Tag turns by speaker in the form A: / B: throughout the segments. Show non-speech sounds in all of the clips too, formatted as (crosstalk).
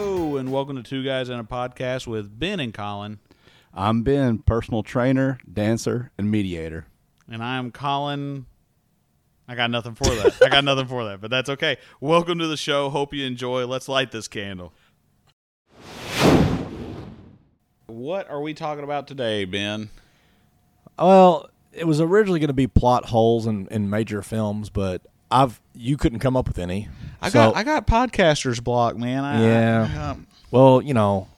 A: Welcome to Two Guys and a Podcast with Ben and Colin.
B: I'm Ben, personal trainer, dancer, and mediator.
A: And I am Colin. I got nothing for that. I got nothing for that, but that's okay. Welcome to the show. Hope you enjoy. Let's light this candle. What are we talking about today, Ben?
C: Well, it was originally going to be plot holes in, in major films, but I've you couldn't come up with any.
A: I
C: So-
A: got I got podcasters block, man. I,
C: Yeah.
A: I, um,
C: well, you know,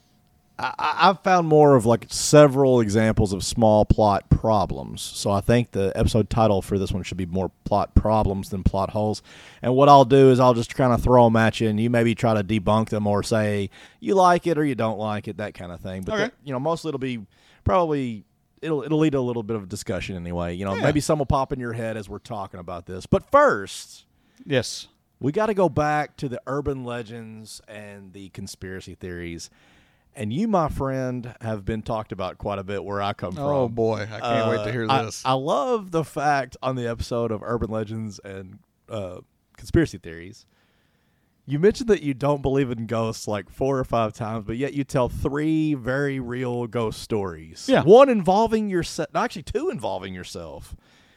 C: I, I- I've found more of like several examples of small plot problems. So I think the episode title for this one should be more plot problems than plot holes. And what I'll do is I'll just kind of throw them at you, and you maybe try to debunk them or say you like it or you don't like it, that kind of thing. But
A: Okay.
C: that- you know, mostly it'll be probably. It'll, it'll lead to a little bit of discussion anyway. You know, maybe some will pop in your head as we're talking about this. But first,
A: yes.
C: we got to go back to the urban legends and the conspiracy theories. And you, my friend, have been talked about quite a bit where I come from. Uh,
B: Oh boy, I can't wait to hear
A: uh,
C: I-
B: this.
C: I, love the fact on the episode of urban legends and uh, conspiracy theories. You mentioned that you don't believe in ghosts like four or five times, but yet you tell three very real ghost stories.
A: Yeah.
C: One involving yourself, actually, two involving yourself.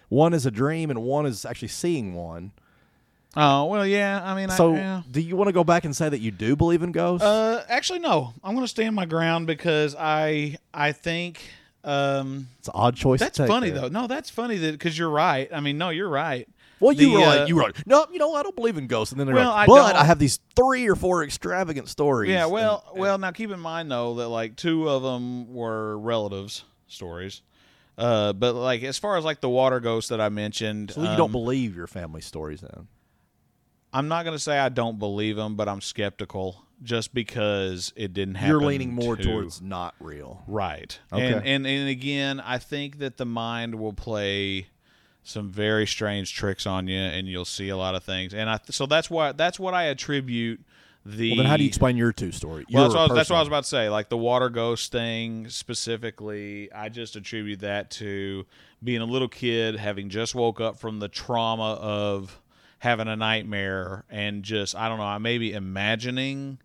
C: One is a dream, and one is actually seeing one.
A: Oh well, yeah. I mean, I,
C: So,
A: Uh, yeah.
C: do you want to go back and say that you do believe in ghosts?
A: Uh, actually, no. I'm going to stand my ground because I I think um,
C: it's an odd choice. to
A: that's
C: take
A: funny
C: there.
A: though. No, that's funny that because you're right. I mean, no, you're right.
C: Well, you
A: The,
C: were
A: uh,
C: like, you were like, no, you know, I don't believe in ghosts. And then they're
A: Well,
C: like,
A: I
C: but
A: don't-
C: I have these three or four extravagant stories.
A: Yeah.
C: And-
A: Well, well. Now keep in mind though that like two of them were relatives stories. Uh, but like as far as like the water ghost that I mentioned,
C: so you don't
A: um,
C: believe your family stories then.
A: I'm not going to say I don't believe them, but I'm skeptical just because it didn't happen.
C: You're leaning more
A: to-
C: towards not real.
A: Right.
C: Okay.
A: And, and and again, I think that the mind will play some very strange tricks on you, and you'll see a lot of things. And I so that's why that's what I attribute the.
C: Well, then how do you explain your two story?
A: Well,
C: Your
A: that's what, I was, that's what I
C: personal-
A: was about to say. Like the water ghost thing specifically, I just attribute that to being a little kid, having just woke up from the trauma of having a nightmare, and just I don't know. I may be imagining.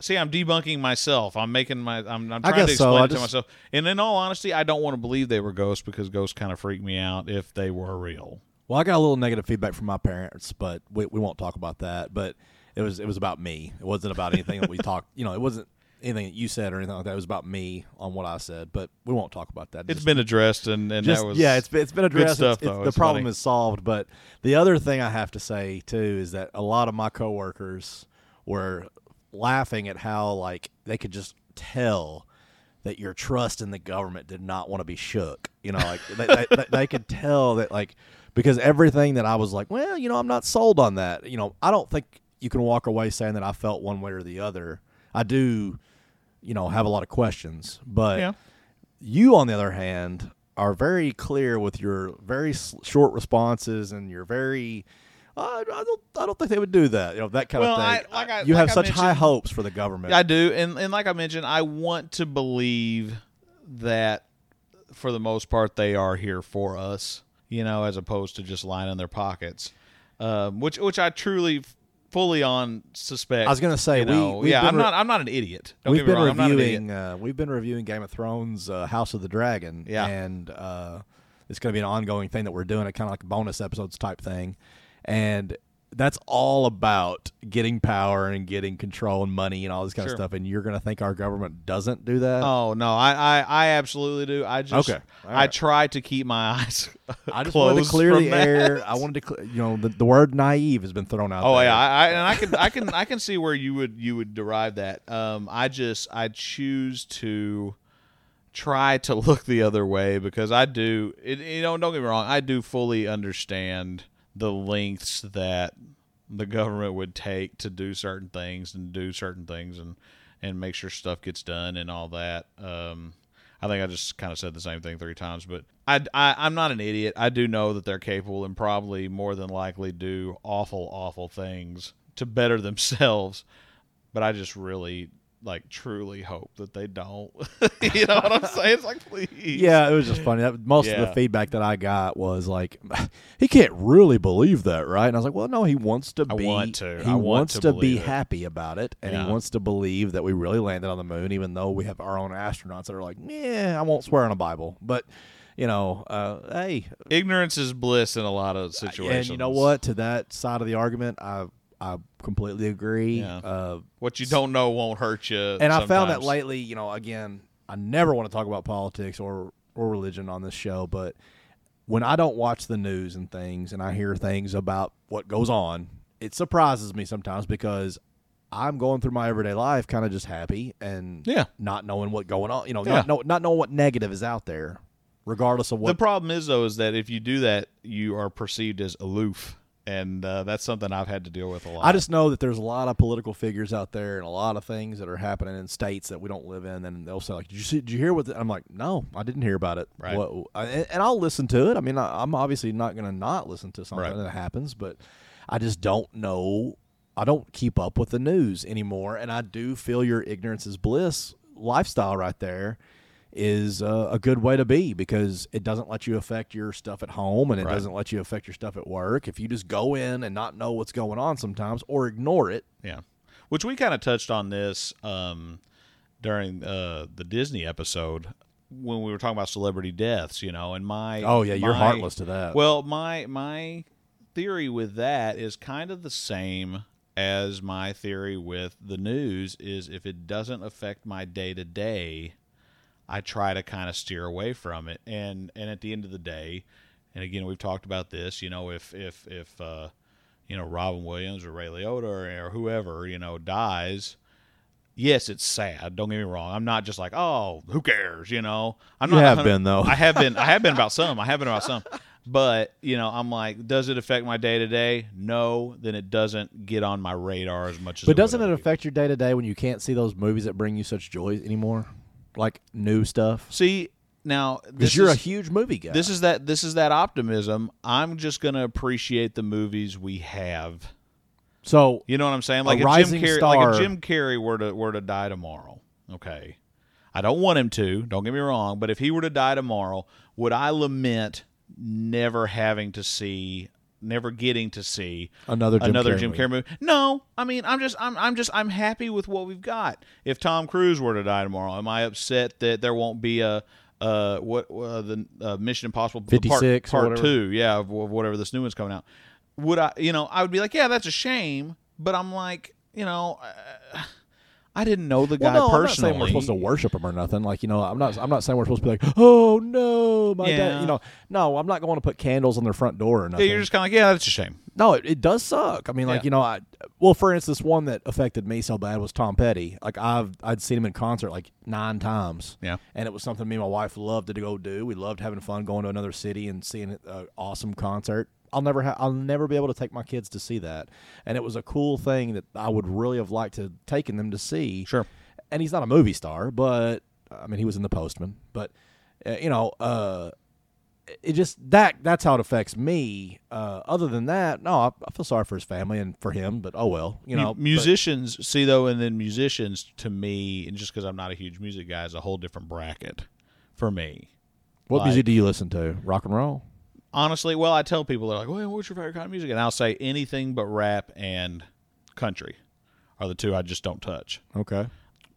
A: See, I'm debunking myself. I'm making my. I'm, I'm
C: I
A: trying to
C: guess so.
A: explain
C: I
A: it to
C: just-
A: myself. And in all honesty, I don't want to believe they were ghosts because ghosts kind of freak me out if they were real.
C: Well, I got a little negative feedback from my parents, but we, we won't talk about that. But it was it was about me. It wasn't about
A: (laughs)
C: anything that we talked. You know, it wasn't anything that you said or anything like that. It was about me on what I said. But we won't talk about that.
A: It's
C: Just-
A: been addressed, and and
C: just
A: that was
C: yeah, it's been, it's been addressed.
A: stuff,
C: It's- it's-
A: though.
C: the
A: It's
C: problem
A: funny.
C: is solved. But the other thing I have to say too is that a lot of my coworkers were laughing at how like they could just tell that your trust in the government did not want to be shook. You know, like they, they, they, they could tell that like because everything that I was like, well, you know, I'm not sold on that. You know, I don't think you can walk away saying that I felt one way or the other. I do, you know, have a lot of questions, but
A: Yeah.
C: you, on the other hand, are very clear with your very s- short responses and your very. "Uh, I don't. I don't think they would do that. You know that kind
A: Well,
C: of thing.
A: I- like I-
C: you
A: like
C: have
A: I
C: such high
A: mentioned-
C: hopes for the government.
A: I do, and and like I mentioned, I want to believe that for the most part they are here for us, you know, as opposed to just lying in their pockets, um, which which I truly f- fully on suspect.
C: I was gonna say,
A: you
C: we-
A: know,
C: we've
A: yeah,
C: been
A: I'm
C: re-
A: not I'm not an idiot. Don't
C: we've
A: get me
C: been
A: wrong, I'm not an idiot.
C: reviewing. Uh, we've been reviewing Game of Thrones, uh, House of the Dragon.
A: Yeah.
C: and uh, it's going to be an ongoing thing that we're doing, a kind of like bonus episodes type thing, and that's all about getting power and getting control and money and all this kind
A: Sure.
C: of stuff. And you're going to think our government doesn't do that?
A: Oh no, I, I, I absolutely do. I just
C: Okay. All
A: I
C: right.
A: try to keep my (laughs) eyes.
C: I just
A: closed
C: wanted to clear
A: from
C: the
A: that.
C: air. I wanted to, cl- you know, the, the word naive has been thrown out.
A: Oh
C: there.
A: yeah, I, I, and I can I can I can see where you would you would derive that. Um, I just I choose to try to (laughs) look the other way because I do. It, you know, don't get me wrong. I do fully understand the lengths that the government would take to do certain things and do certain things and and make sure stuff gets done and all that. Um, I think I just kind of said the same thing three times, but I, I I'm not an idiot. I do know that they're capable and probably more than likely (laughs) do awful awful things to better themselves, but I just really like truly hope that they don't. (laughs) you know what I'm saying? It's like please.
C: Yeah, it
A: (laughs)
C: was just funny. That, most of
A: Yeah.
C: the feedback that I got was like, (laughs) he can't really believe that, right? And I was like, well, no, he wants to
A: I
C: be.
A: want to.
C: He
A: I want
C: wants
A: to
C: to, be
A: believe it.
C: happy about it, and
A: Yeah.
C: he wants to believe that we really landed on the moon, even though we have our own astronauts that are like, yeah, I won't swear on a Bible, but you know, uh, hey,
A: Ignorance is bliss in a lot of situations.
C: and you know what? To that side of the argument, I I completely agree.
A: Yeah.
C: Uh,
A: What you don't know won't hurt you.
C: and I found that lately, you know, again, I never want to talk about politics or or religion on this show, but when I don't watch the news and things and I hear things about what goes on, it surprises me sometimes because I'm going through my everyday life kind of just happy and
A: Yeah.
C: not knowing what going on, you know,
A: Yeah.
C: not, know, not knowing what negative is out there, regardless of
A: The
C: what
A: problem is though is that if you do that, you are perceived as aloof, and uh, that's something I've had to deal with a lot.
C: I just know that there's a lot of political figures out there and a lot of things that are happening in states that we don't live in. And they'll say, like, did you, see, did you hear what? the-" I'm like, no, I didn't hear about it.
A: Right.
C: What, I, and and I'll listen to it. I mean, I, I'm obviously not going to not listen to something
A: Right.
C: that happens, but I just don't know. I don't keep up with the news anymore. And I do feel your ignorance is bliss lifestyle right there is uh, a good way to be because it doesn't let you affect your stuff at home and it
A: Right.
C: doesn't let you affect your stuff at work. If you just go in and not know what's going on sometimes or ignore it,
A: Yeah, which we kind of touched on this um, during uh, the Disney episode when we were talking about celebrity deaths. You know, and my
C: Oh, yeah, you're
A: my-
C: heartless to that.
A: Well, my my theory with that is kind of the same as my theory with the news is if it doesn't affect my day to day I try to kind of steer away from it. And and at the end of the day, and again, we've talked about this. You know, if if if uh, you know Robin Williams or Ray Liotta or, or whoever you know dies. Yes, it's sad. Don't get me wrong. I'm not just like, oh, who cares? You know, I'm
C: You
A: not a
C: have
A: hundred-
C: been,
A: (laughs)
C: though.
A: I have been. I have been about some. I have been about some. But you know, I'm like, does it affect my day to day? No. Then it doesn't get on my radar as much as.
C: but doesn't
A: would
C: it
A: other people.
C: affect your day to day when you can't see those movies that bring you such joy anymore? Like new stuff?
A: See now,
C: Because
A: this
C: you're
A: is,
C: a (laughs) huge movie guy.
A: This is that this is that optimism. I'm just going to appreciate the movies we have.
C: so
A: You know what I'm saying? Like
C: rising
A: Jim Carrey, like
C: star.
A: if Jim Carrey were to were to die tomorrow, okay. I don't want him to, don't get me wrong, but if he were to die tomorrow, would I lament never having to see never getting to see
C: another Jim
A: another
C: Carrey
A: Jim
C: movie.
A: Carrey movie. No, I mean, I'm just, I'm, I'm just, I'm happy with what we've got. If Tom Cruise were to die tomorrow, am I upset that there won't be a, uh, what uh, the uh, Mission Impossible part-
C: 56 or
A: part,
C: whatever.
A: two? Yeah, of, of whatever this new one's coming out. Would I, you know, I would be like, yeah, that's a shame, but I'm like, you know, uh, I didn't know the
C: Well,
A: guy
C: no,
A: personally.
C: I'm not saying we're supposed to worship him or nothing. Like you know, I'm not. I'm not saying we're supposed to be like, oh no, my
A: Yeah.
C: dad. You know, no, I'm not going to put candles on their front door or
A: yeah,
C: nothing.
A: you're just kind of like, yeah, that's a shame.
C: no, it, it does suck. I mean, like
A: Yeah.
C: you know, I well, for instance, one that affected me so bad was Tom Petty. Like I've I'd seen him in concert like nine times.
A: Yeah.
C: and it was something me and my wife loved to go do. We loved having fun going to another city and seeing an awesome concert. I'll never ha- I'll never be able to take my kids to see that, and it was a cool thing that I would really have liked to taken them to see
A: Sure.
C: and he's not a movie star, but I mean, he was in The Postman. But uh, you know, uh, it just that that's how it affects me. Uh, other than that, no, I, I feel sorry for his family and for him. But oh well, you know,
A: Mu- musicians see though, and then musicians to me, and just because I'm not a huge music guy, is a whole different bracket for me.
C: But what music do you listen to? Rock and roll.
A: Honestly, well, I tell people they're like, "Well, what's your favorite kind of music?" And I'll say anything but rap and country are the two I just don't touch.
C: Okay.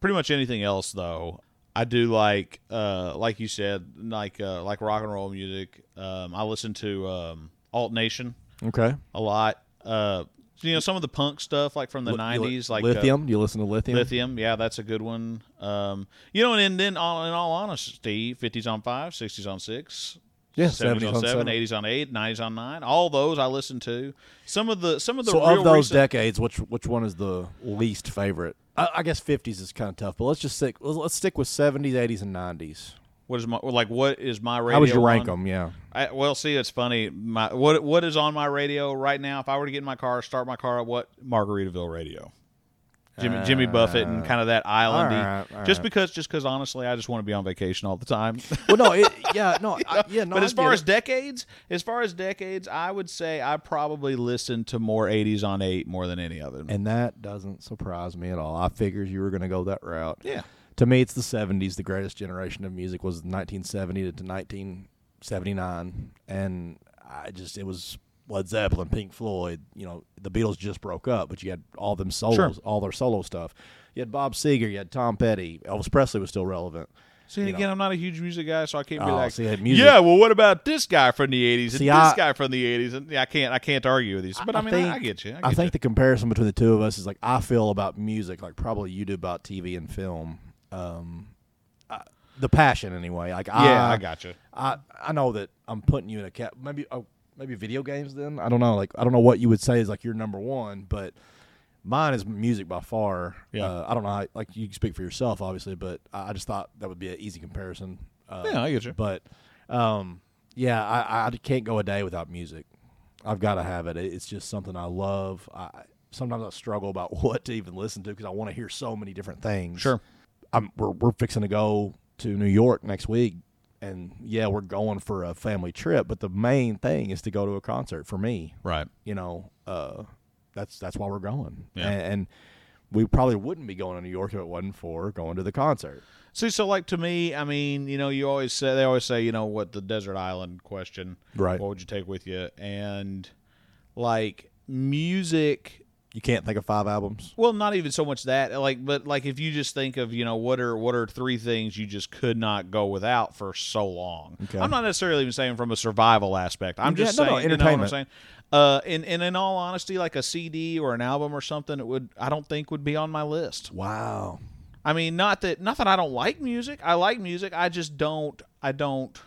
A: Pretty much anything else though, I do like, uh, like you said, like uh, like rock and roll music. Um, I listen to um, alt nation
C: Okay.
A: a lot. Uh, you know, some of the punk stuff, like from the '90s, like uh,
C: Lithium. you listen to Lithium.
A: Lithium, yeah, that's a good one. Um, you know, and then all, in all honesty, 50s on 5, 60s on 6,
C: Yeah,
A: 70s, on 7,
C: 7.
A: 80s on 8, 90s on 9. All those I listen to. Some of the some of the
C: So
A: real
C: of those
A: recent-
C: decades, which which one is the least favorite? I, I guess fifties is kind of tough, but let's just stick. Let's, let's stick with seventies, eighties, and nineties.
A: what is my like what is my radio
C: How would you rank
A: on?
C: them? Yeah.
A: I, well, see, it's funny. My what what is on my radio right now? If I were to get in my car, start my car, at what Margaritaville radio? Jimmy, Jimmy Buffett and
C: Uh,
A: kind of that islandy.
C: alright, alright.
A: Just because, just because, honestly, I just want to be on vacation all the time. (laughs)
C: Well, no, it, yeah, no, I, yeah, no.
A: but
C: I
A: as far
C: get
A: as
C: it.
A: decades, as far as decades, I would say I probably listened to more '80s on eight more than any other.
C: and that doesn't surprise me at all. I figured you were going to go that route.
A: Yeah.
C: To me, it's the '70s. The greatest generation of music was 1970 to 1979, and I just it was Led Zeppelin, Pink Floyd. You know, the Beatles just broke up, but you had all them solos,
A: Sure.
C: all their solo stuff. You had Bob Seger, you had Tom Petty, Elvis Presley was still relevant.
A: See, again, I'm not a huge music guy, so I can't be
C: Oh,
A: like,
C: see, that music-
A: yeah. Well, what about this guy from the '80s and
C: See,
A: this
C: I-
A: guy from the '80s? And yeah, I can't, I can't argue with these. But I, mean, I, I get you. I, get
C: think the comparison between the two of us is like I feel about music, like probably you do about TV and film. Um, I, the passion, anyway. Like
A: you. yeah,
C: I,
A: I got you.
C: I I know that I'm putting you in a cat. Maybe oh, maybe video games. Then I don't know. Like I don't know what you would say is like your number one, but mine is music by far.
A: Yeah.
C: Uh, I don't know. How, like you can speak for yourself, obviously, but I, I just thought that would be an easy comparison. Uh,
A: Yeah, I get you.
C: But um, yeah, I, I can't go a day without music. I've got to have it. It- It's just something I love. I sometimes I struggle about (laughs) what to even listen to because I want to hear so many different things.
A: Sure.
C: I'm, we're we're fixing to go to New York next week, and yeah, we're going for a family trip. But the main thing is to go to a concert for me.
A: Right.
C: You know, uh, that's that's why we're going,
A: Yeah.
C: and, and we probably wouldn't be going to New York if it wasn't for going to the concert.
A: See, so like to me, I mean, you know, you always say they always say, you know, what the desert island question,
C: Right.
A: What would you take with you? And like music,
C: You can't think of five albums.
A: well, not even so much that, like, but like if you just think of, you know, what are what are three things you just could not go without for so long?
C: Okay.
A: I'm not necessarily even saying from a survival aspect. I'm
C: Yeah,
A: just
C: no, no,
A: saying, you know what I'm
C: entertainment.
A: saying? Uh, and and in all honesty, like a CD or an album or something, it would I don't think would be on my list.
C: Wow.
A: I mean, not that not that I don't like music. I like music. I just don't. I don't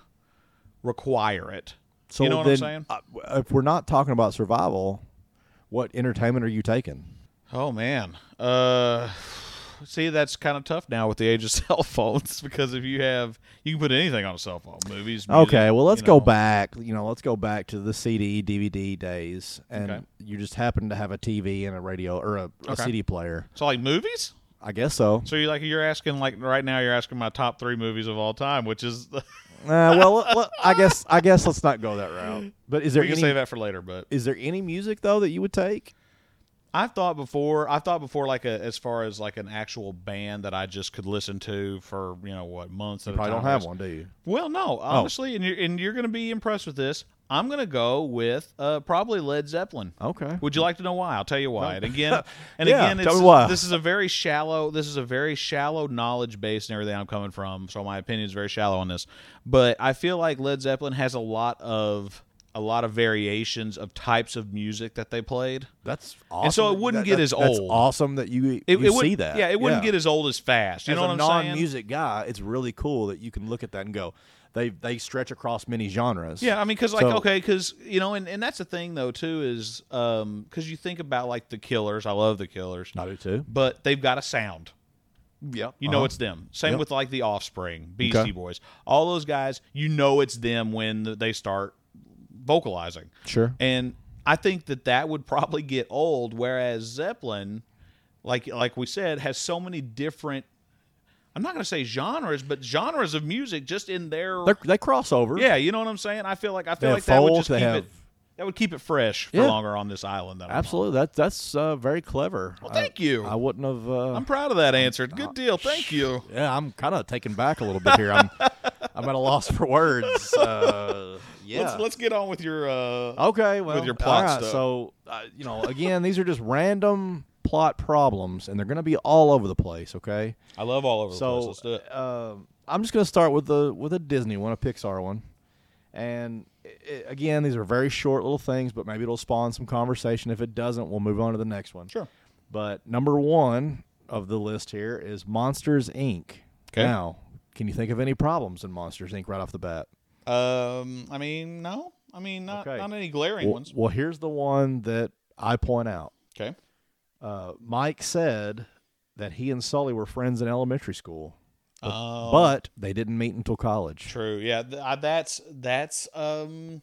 A: require it.
C: So
A: you know what
C: then,
A: I'm saying?
C: uh, if we're not talking about survival, what entertainment are you taking?
A: Oh man. Uh, see, that's kind of tough now with the age of (laughs) cell phones because if you have, you can put anything on a cell phone. Movies. Music,
C: Okay, well let's
A: you
C: go
A: know.
C: back. You know, let's go back to the CD, DVD days, and
A: Okay.
C: you just happen to have a TV and a radio or a, a
A: Okay.
C: CD player.
A: So like movies.
C: I guess so.
A: So you're like you're asking like right now you're asking my top three movies of all time, which is (laughs)
C: Uh, well, let- let- I guess I guess let's not go that route. But is there
A: we can save
C: any
A: that for later. But
C: is there any music though that you would take?
A: I've thought before. I've thought before, like a, as far as like an actual band that I just could listen to for you know what months. at a
C: Probably don't
A: time.
C: have one, Oh. do you?
A: Well, no, honestly, and you're and you're gonna be impressed with this. I'm gonna go with uh, probably Led Zeppelin.
C: Okay.
A: Would you like to know why? I'll tell you why. And
C: (laughs)
A: again, and
C: Yeah,
A: again,
C: tell
A: it's,
C: me why.
A: this is a very shallow. This is a very shallow knowledge base and everything I'm coming from. So my opinion is very shallow on this. But I feel like Led Zeppelin has a lot of a lot of variations of types of music that they played.
C: That's awesome.
A: so it
C: that-
A: wouldn't
C: that-
A: get
C: that-
A: as
C: that's
A: old.
C: awesome that you, you
A: wouldn't-
C: see that.
A: Yeah, it wouldn't get as old as fast. You
C: as
A: know
C: a
A: what I'm saying?
C: non-music guy, it's really cool that you can look at that and go, they they stretch across many genres.
A: Yeah, I mean, because like
C: So-
A: okay, because you know, and, and that's the thing though too is because you think about like the Killers. I love the Killers,
C: I do too.
A: but they've got a sound.
C: Yeah,
A: You know, it's them. Same
C: Uh-huh. Yep.
A: with like the Offspring, Beastie
C: Okay.
A: Boys, all those guys. You know, it's them when th- they start vocalizing.
C: Sure.
A: And I think that that would probably get old. Whereas Zeppelin, like like we said, has so many different. I'm not going to say genres, but genres of music just in their
C: They're, they cross over.
A: yeah, you know what I'm saying. I feel like I feel
C: have
A: like that would
C: folk,
A: just
C: they
A: keep
C: have-
A: it. That would keep it fresh for
C: Yeah.
A: longer on this island. That I'm on.
C: absolutely. That that's uh, very clever. Well,
A: thank you.
C: I wouldn't have. Uh,
A: I'm proud of that answer. Good deal. Thank you.
C: yeah, I'm kind of taken back a little bit
A: (laughs)
C: here. I'm I'm at a loss for words. Uh, yeah.
A: Let's let's get on with your. Uh,
C: (laughs) okay. Well,
A: your plot
C: all right,
A: stuff.
C: So uh, you know, again, these are just random plot problems, and they're going to be all over the place. Okay.
A: I love all over the place.
C: So
A: Let's do it.
C: um, I'm just going to start with the with a Disney one, a Pixar one, and i i again, these are very short little things, but maybe it'll spawn some conversation. If it doesn't, we'll move on to the next one.
A: Sure.
C: But number one of the list here is Monsters Inc.
A: 'Kay.
C: Now, can you think of any problems in Monsters Inc. right off the bat?
A: Um, I mean, no. I mean, not
C: Okay.
A: not any glaring
C: Well,
A: ones.
C: well, here's the one that I point out.
A: Okay.
C: Uh, Mike said that he and Sully were friends in elementary school,
A: Um,
C: but they didn't meet until college.
A: true. Yeah. Th- I, that's that's um,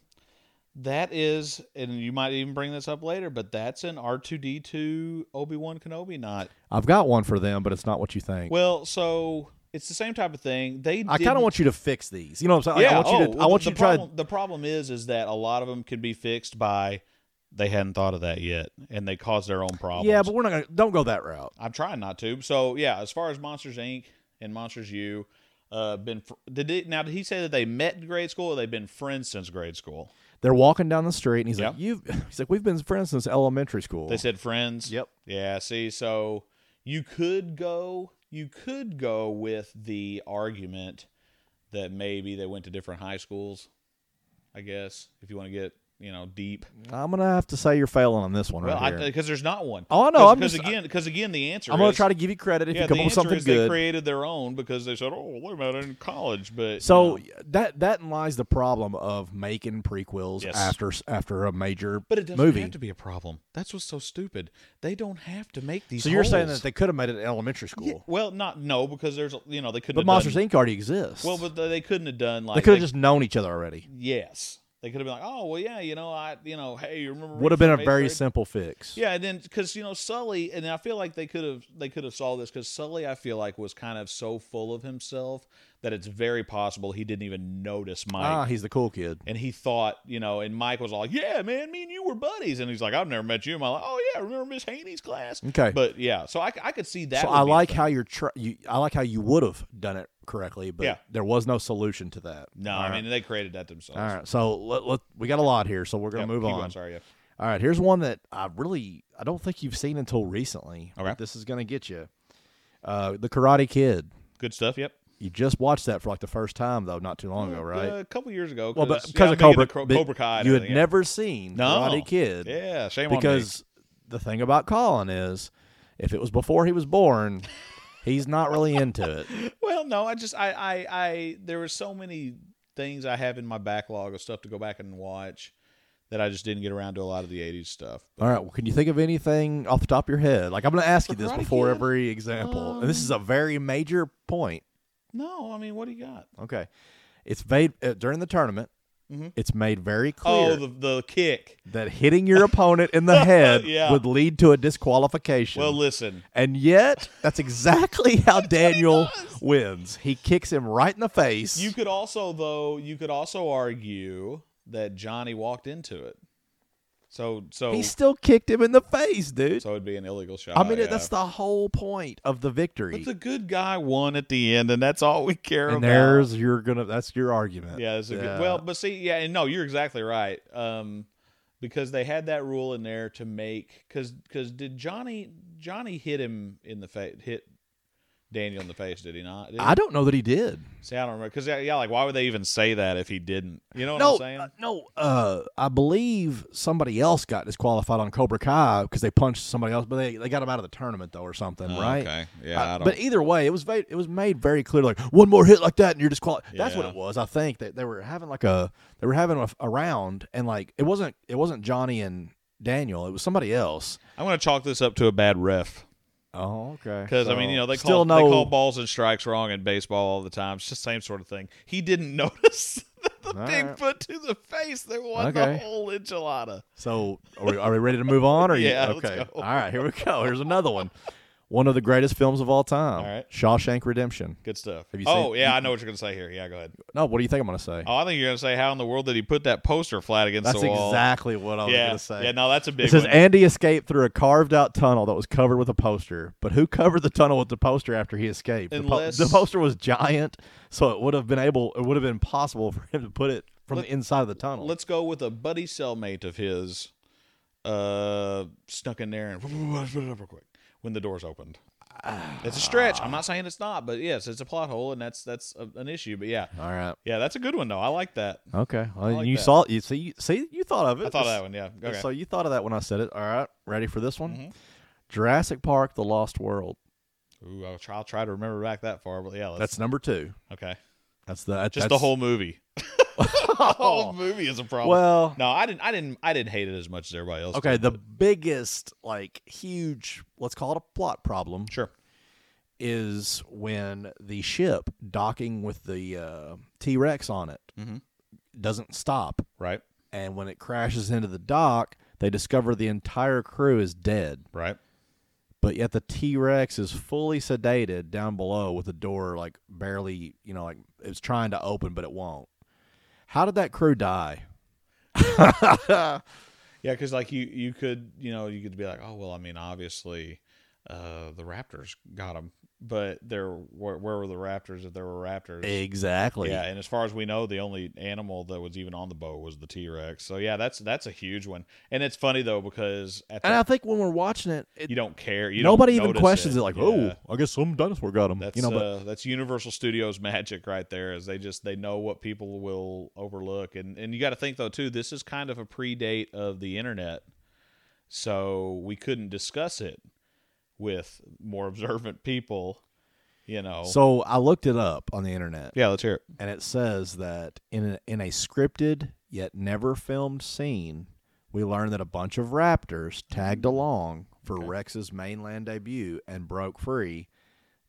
A: That is, and you might even bring this up later, but that's an R two D two Obi Wan Kenobi knot.
C: I've got one for them, but it's not what you think.
A: Well, so it's the same type of thing. They
C: I kind of
A: didn't-
C: want you to fix these. You know what I'm saying?
A: yeah.
C: Like, I want you
A: oh,
C: to. I
A: well,
C: want
A: the,
C: you to
A: the
C: try.
A: problem, The problem is, is that a lot of them could be fixed by they hadn't thought of that yet, and they caused their own problems.
C: Yeah, but we're not gonna. Don't go that route.
A: I'm trying not to. So yeah, as far as Monsters Inc. and Monsters U, uh, been fr- did it, now did he say that they met in grade school or they've been friends since grade school?
C: They're walking down the street, and he's like,
A: Yeah.
C: "You've." (laughs) He's like, "We've been friends since elementary school."
A: They said friends.
C: Yep.
A: Yeah. See, so you could go, you could go with the argument that maybe they went to different high schools. I guess if you want to get you know deep.
C: I'm gonna have to say you're failing on this one
A: Well,
C: right here.
A: because there's not one.
C: Oh, no,
A: Cause,
C: I'm
A: 'cause
C: just-
A: again because again the answer.
C: I'm gonna
A: is-
C: try to give you credit if
A: Yeah,
C: you come
A: the
C: up with
A: answer
C: something
A: is they
C: good.
A: created their own because they said, "Oh, what about in college?" But
C: So
A: you know.
C: that that lies the problem of making prequels
A: Yes.
C: after after a major
A: but it doesn't
C: movie.
A: have to be a problem. That's what's so stupid. They don't have to make these.
C: so you're saying
A: holes.
C: that they could have made it in elementary school,
A: Yeah, well, not no because there's you know they couldn't.
C: but
A: have
C: Monsters
A: done,
C: Inc. already exists.
A: Well, but they couldn't have done like
C: they could have just known each other already.
A: yes. They could have been like, oh well, yeah, you know, I, you know, hey, you remember?
C: Would have
A: Reed
C: been a
A: from eighth
C: very
A: grade?
C: simple fix.
A: Yeah, and then because you know Sully, and I feel like they could have they could have solved this because Sully, I feel like was kind of so full of himself that it's very possible he didn't even notice Mike,
C: ah, he's the cool kid.
A: and he thought you know, and Mike was all, yeah, man, me and you were buddies, and he's like, I've never met you in my life. Oh yeah, remember Miss Haney's class?
C: Okay.
A: but yeah, so I, I could see that.
C: so
A: would
C: I
A: be a
C: like
A: thing.
C: how you're. Tr- you, I like how you would have done it correctly, but
A: Yeah.
C: there was no solution to that.
A: No,
C: All
A: I
C: right.
A: mean they created that themselves.
C: All right, so let, let, we got a lot here, so we're gonna
A: Yep,
C: move
A: keep
C: on.
A: going, sorry, yeah.
C: All right, here's one that I really I don't think you've seen until recently.
A: Okay.
C: this is gonna get you. Uh, the Karate Kid.
A: Good stuff. Yep.
C: You just watched that for like the first time though, not too long ago, right?
A: Uh, a couple years ago.
C: well, but
A: yeah,
C: because
A: I'm
C: of
A: thinking
C: Cobra,
A: Cro-
C: but
A: Cobra Kai, and
C: you had
A: everything, yeah.
C: never seen
A: No.
C: Karate Kid.
A: Yeah, shame on me.
C: because the thing about Colin is, if it was before he was born, he's not
A: (laughs)
C: really into it.
A: (laughs) Well, no, I just I I, I there were so many things I have in my backlog of stuff to go back and watch that I just didn't get around to a lot of the '80s stuff.
C: All right, well, can you think of anything off the top of your head? Like I'm going to ask you
A: The
C: this
A: Karate
C: before
A: Kid? Um.
C: every example, and this is a very major point.
A: No, I mean, what do you got?
C: Okay, it's made uh, during the tournament. It's made very clear
A: Mm-hmm. Oh, the the kick.
C: that hitting your opponent
A: (laughs)
C: in the head
A: Yeah.
C: would lead to a disqualification.
A: Well, listen,
C: and yet,
A: (laughs)
C: that's exactly how Daniel wins. He kicks him right in the face.
A: you could also though you could also argue that Johnny walked into it. So so
C: he still kicked him in the face, dude.
A: so it'd be an illegal shot.
C: I mean,
A: yeah.
C: that's the whole point of the victory.
A: but the good guy won at the end, and that's all we care
C: and
A: about.
C: there's your gonna. That's your argument.
A: Yeah, that's a good. Well, but see, yeah, and no, you're exactly right. Um, because they had that rule in there to make because because did Johnny Johnny hit him in the face hit Daniel in the face? Did he not? Did he?
C: I don't know that he did.
A: see, I don't remember because yeah, like why would they even say that if he didn't? You know what
C: no,
A: I'm saying?
C: uh, no. Uh, I believe somebody else got disqualified on Cobra Kai because they punched somebody else, but they, they got him out of the tournament though or something,
A: Oh,
C: right?
A: Okay. Yeah.
C: Uh,
A: I don't.
C: but either way, it was va- it was made very clear like one more hit like that and you're disqualified. That's what
A: Yeah.
C: it was. I think that they were having like a they were having a, a round and like it wasn't it wasn't Johnny and Daniel. It was somebody else.
A: I'm gonna chalk this up to a bad ref
C: Oh, okay.
A: because I mean you know they
C: still
A: call
C: no,
A: they call balls and strikes wrong in baseball all the time. It's just the same sort of thing. He didn't (laughs) notice the
C: All
A: big
C: right.
A: foot to the face that won the
C: Okay.
A: whole enchilada.
C: So are we, are we ready to move on? Or you-
A: Yeah, let's
C: okay.
A: go.
C: All right, here we go. Here's another one. One of the greatest films of all time.
A: All right.
C: Shawshank Redemption.
A: Good stuff.
C: Have you
A: oh,
C: seen-
A: yeah, I know what you're going to say here. Yeah, go ahead.
C: No, what do you think I'm gonna say?
A: Oh, I think you're going to say how in the world did he put that poster flat against
C: That's
A: the wall?
C: exactly what I was
A: yeah.
C: gonna say.
A: Yeah, no, that's a big
C: it says
A: one.
C: Andy escaped through a carved out tunnel that was covered with a poster. But who covered the tunnel with the poster after he escaped? The po-
A: Unless-
C: the, poster was giant, so it would have been able it would have been possible for him to put it from
A: Let-
C: the inside of the tunnel.
A: Let's go with a buddy cellmate of his uh snuck in there and (laughs) put it up real quick when the doors opened. It's a stretch. I'm not saying it's not, but yes, it's a plot hole and that's that's a, an issue, but yeah.
C: All right.
A: Yeah, that's a good one though. I like that.
C: Okay. Well,
A: like
C: you
A: that.
C: saw you see see you thought of it.
A: I thought of
C: This-
A: that one, yeah. Okay. Mm-hmm.
C: So you thought of that when I said it. All right, ready for this one? Jurassic Park: The Lost World.
A: Ooh, I'll try, I'll try to remember back that far, but yeah, let's,
C: That's number two.
A: okay.
C: That's the that's, Oh.
A: Just the whole movie. (laughs) the whole movie is a problem.
C: Well,
A: No, I didn't. I didn't. I didn't hate it as much as everybody else.
C: okay.
A: did,
C: The
A: but-
C: biggest, like, huge, let's call it a plot problem,
A: sure.
C: is when the ship
A: Mm-hmm.
C: docking with the uh, T Rex on it doesn't stop.
A: Right.
C: and when it crashes into the dock, they discover the entire crew is dead.
A: Right.
C: But yet the T Rex is fully sedated down below with the door like barely, you know, like it's trying to open but it won't. How did that crew die?
A: Yeah, because like you, you could, you know, you could be like, oh well, I mean, obviously, uh, the Raptors got them, but there, where, where were the Raptors if there were Raptors?
C: Exactly.
A: Yeah, and as far as we know, the only animal that was even on the boat was the T Rex. So yeah, that's that's a huge one, and it's funny though because at
C: And I
A: that,
C: think when we're watching it, it
A: you don't care. You
C: nobody
A: don't
C: even
A: notice
C: questions it, like,
A: Yeah.
C: oh, I guess some dinosaur got him.
A: That's
C: you know, but
A: uh, that's Universal Studios (laughs) magic right there. Is they just they know what people will overlook, and and you got to think though too. This is kind of a predate of the internet, so we couldn't discuss it with more observant people. You know.
C: so I looked it up on the internet.
A: yeah, let's hear it.
C: and it says that in a, in a scripted yet never filmed scene, we learn that a bunch of raptors tagged along for Rex's mainland debut and broke free.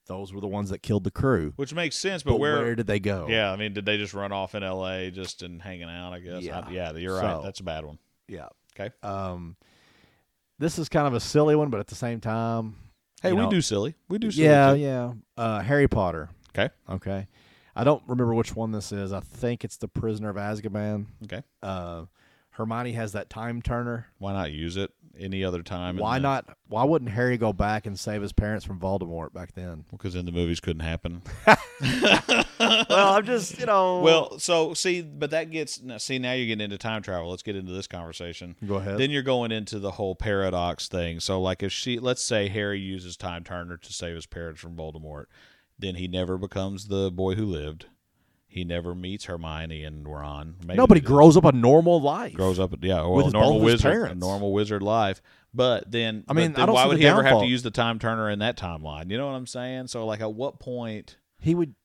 C: Those were the ones that killed the crew.
A: Which makes sense, but,
C: But where,
A: where
C: did they go?
A: Yeah, I mean, did they just run off in L.A. just and hanging out? I guess. Yeah,
C: Yeah.
A: I, yeah you're right.
C: So-
A: That's a bad one.
C: yeah.
A: Okay.
C: Um, this is kind of a silly one, but at the same time,
A: Hey,
C: you
A: we
C: know-
A: do silly. We do silly.
C: Yeah,
A: too.
C: yeah. Uh, Harry Potter.
A: Okay.
C: Okay. I don't remember which one this is. I think it's the Prisoner of Azkaban.
A: Okay.
C: Uh, Hermione has that time turner.
A: Why not use it any other time?
C: why not? Why wouldn't Harry go back and save his parents from Voldemort back then?
A: Because then the movies couldn't happen.
C: (laughs) well, I'm just you know.
A: Well, so see, but that gets now- see now you're getting into time travel. Let's get into this conversation.
C: go ahead.
A: Then you're going into the whole paradox thing. So, like, if she, let's say Harry uses Time Turner to save his parents from Voldemort, then he never becomes the boy who lived. He never meets Hermione and Ron. Maybe
C: Nobody
A: they do.
C: grows up a normal life.
A: grows up yeah well,
C: With
A: a
C: his-
A: normal
C: both his
A: wizard a
C: parents.
A: normal wizard life but then
C: I mean,
A: but then
C: I don't
A: why
C: see
A: would
C: the
A: he ever have to
C: downfall.
A: use the time turner in that timeline you know what i'm saying so like at what point
C: He would.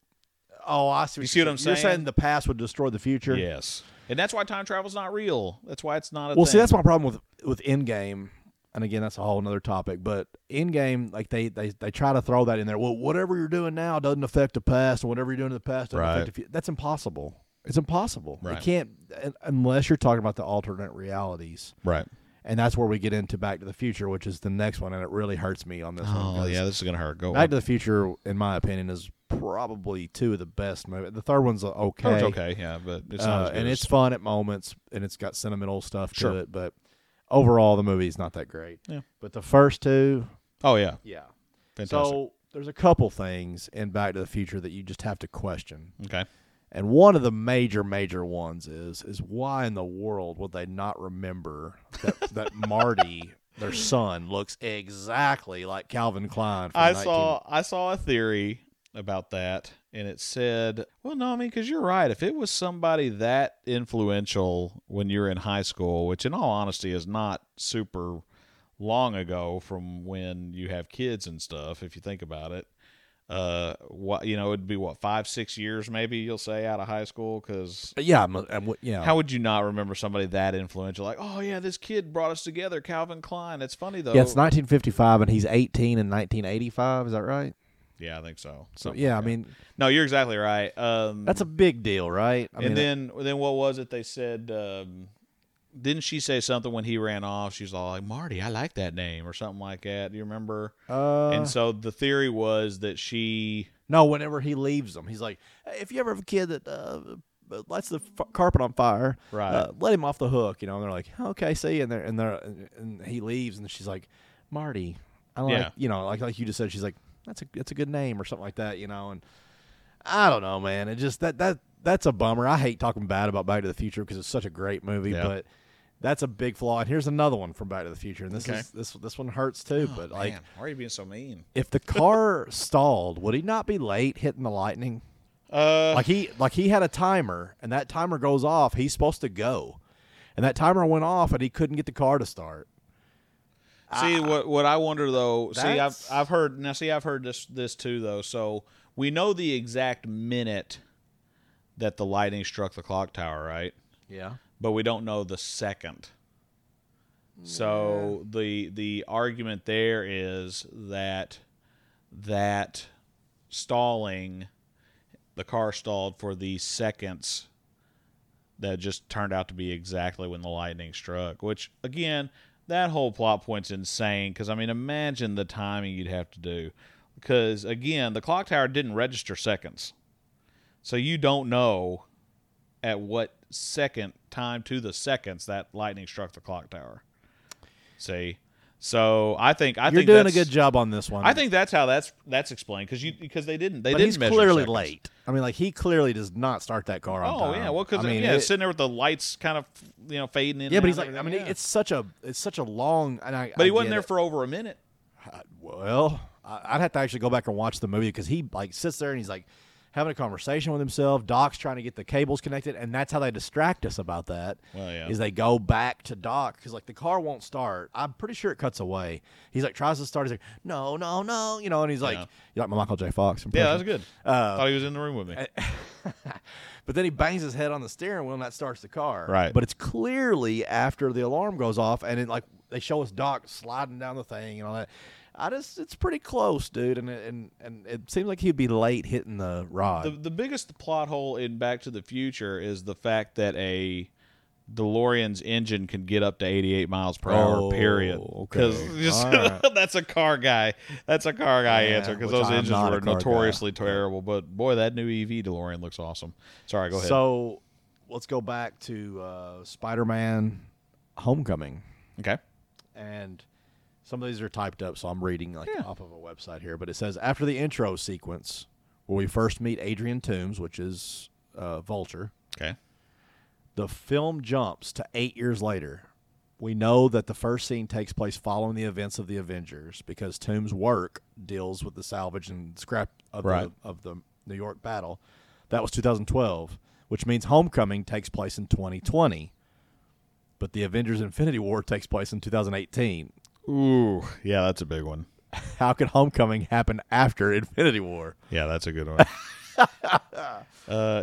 C: Oh, I see.
A: You see what I'm
C: You're
A: saying?
C: saying the past would destroy the future.
A: yes and that's why time travel's not real that's why it's not a
C: Well,
A: thing.
C: see, that's my problem with with Endgame, and again, that's a whole another topic. But Endgame, like they they they try to throw that in there. Well, whatever you're doing now doesn't affect the past, and whatever you're doing in the past doesn't
A: Right.
C: affect the future. That's impossible. It's impossible.
A: Right.
C: You can't un- unless you're talking about the alternate realities,
A: right
C: and that's where we get into Back to the Future, which is the next one, and it really hurts me on this one.
A: oh
C: 'cause
A: yeah this is gonna hurt go
C: Back to the Future, in my opinion, is probably two of the best movies. The third one's uh, okay,
A: okay. okay yeah but it's not
C: Uh,
A: as good
C: and
A: as-
C: it's fun at moments, and it's got sentimental stuff
A: Sure.
C: to it. But overall, the movie's not that great.
A: Yeah.
C: But the first two,
A: oh yeah
C: yeah.
A: fantastic
C: So there's a couple things in Back to the Future that you just have to question,
A: okay
C: and one of the major, major ones is is why in the world would they not remember that (laughs) that Marty, their son, looks exactly like Calvin Klein? From
A: I
C: 19
A: saw I saw a theory about that, and it said, "Well, no, I mean, because you're right. If it was somebody that influential when you're in high school, which, in all honesty, is not super long ago from when you have kids and stuff, if you think about it." Uh, what you know, it'd be what five, six years maybe you'll say out of high school because
C: Yeah, I'm, I'm, yeah.
A: how would you not remember somebody that influential? Like, oh yeah, this kid brought us together, Calvin Klein. It's funny though.
C: yeah, it's 1955, and he's 18 in 1985. Is that right?
A: Yeah, I think so.
C: So
A: Something
C: yeah, I
A: like that.
C: mean
A: no, you're exactly right. Um,
C: that's a big deal, right? I
A: and
C: mean,
A: then then what was it they said um, didn't she say something when he ran off she's all like marty i like that name or something like that do you remember
C: uh,
A: and so the theory was that she
C: no, whenever he leaves them, he's like, "Hey, if you ever have a kid that uh, lights the f- carpet on fire,
A: Right.
C: uh, let him off the hook, you know. And they're like, okay, see, and they're and they're and he leaves, and she's like, Marty, I like,
A: Yeah.
C: you know, like like you just said, she's like, that's a that's a good name or something like that, you know. And I don't know, man. It just that that that's a bummer. I hate talking bad about Back to the Future because it's such a great movie,
A: Yeah.
C: but. That's a big flaw, and here's another one from Back to the Future, and this
A: Okay. Oh,
C: is this this one hurts too. but like,
A: man why are you being so mean
C: if the car stalled, would he not be late hitting the lightning?
A: uh
C: Like he like he had a timer and that timer goes off, he's supposed to go. And that timer went off and he couldn't get the car to start.
A: see what what i wonder though see i've
C: That's-
A: i've heard now see i've heard this this too though so we know the exact minute that the lightning struck the clock tower right
C: Yeah.
A: but we don't know the second. So the the argument there is that that stalling the car stalled for the seconds that just turned out to be exactly when the lightning struck. Which again, that whole plot point's insane because I mean, imagine the timing you'd have to do. Because again, the clock tower didn't register seconds, so you don't know at what second time to the seconds that lightning struck the clock tower. See, so I think I
C: You're
A: think
C: doing a
A: that's-
C: good job on this one.
A: I think that's how that's that's explained because you because they didn't they
C: but
A: didn't
C: he's
A: measure
C: clearly
A: seconds.
C: late. I mean, like he clearly does not start that car on
A: Oh
C: time.
A: yeah, well because
C: I mean,
A: yeah,
C: it-
A: it's sitting there with the lights kind of you know fading in.
C: yeah,
A: and
C: but he's
A: out
C: like,
A: and
C: I mean,
A: everything, yeah.
C: it's such a it's such a long. And I,
A: but he
C: I
A: wasn't
C: get
A: there
C: it.
A: for over a
C: (laughs)
A: minute.
C: I- well, I- I'd have to actually go back and watch the movie because he like sits there and he's like having a conversation with himself. Doc's trying to get the cables connected, and that's how they distract us about that.
A: Well, yeah.
C: is they go back to Doc because like the car won't start. I'm pretty sure it cuts away. He's like tries to start. He's like, no, no, no, you know, and he's like,
A: Yeah.
C: you like my Michael J. Fox?
A: Yeah, that
C: impression?
A: was good.
C: Uh,
A: Thought he was in the room with me.
C: but then he bangs his head on the steering wheel and that starts the car.
A: Right.
C: But it's clearly after the alarm goes off and it like they show us Doc sliding down the thing and all that. I just it's pretty close, dude, and it- and and it seems like he'd be late hitting the rod.
A: the the biggest plot hole in Back to the Future is the fact that a DeLorean's engine can get up to 88 miles per
C: Oh,
A: hour. Period.
C: okay.
A: (laughs) Because
C: All right.
A: that's a car guy. That's a car guy
C: Yeah,
A: answer because
C: which
A: those
C: I'm
A: engines
C: not a
A: were
C: car guy.
A: notoriously terrible. But boy, that new EV DeLorean looks awesome. Sorry, go ahead.
C: So let's go back to uh, Spider-Man: Homecoming,
A: okay.
C: and some of these are typed up, so I'm reading like
A: Yeah.
C: off of a website here. But it says after the intro sequence, where we first meet Adrian Toomes, which is uh, Vulture,
A: Okay.
C: The film jumps to eight years later. We know that the first scene takes place following the events of the Avengers because Toombs' work deals with the salvage and scrap of,
A: Right.
C: the, of the New York battle. That was 2012, which means Homecoming takes place in 2020. But the Avengers Infinity War takes place in 2018.
A: Ooh, yeah, that's a big one.
C: How could Homecoming happen after Infinity War?
A: Yeah, that's a good
C: (laughs)
A: one. uh,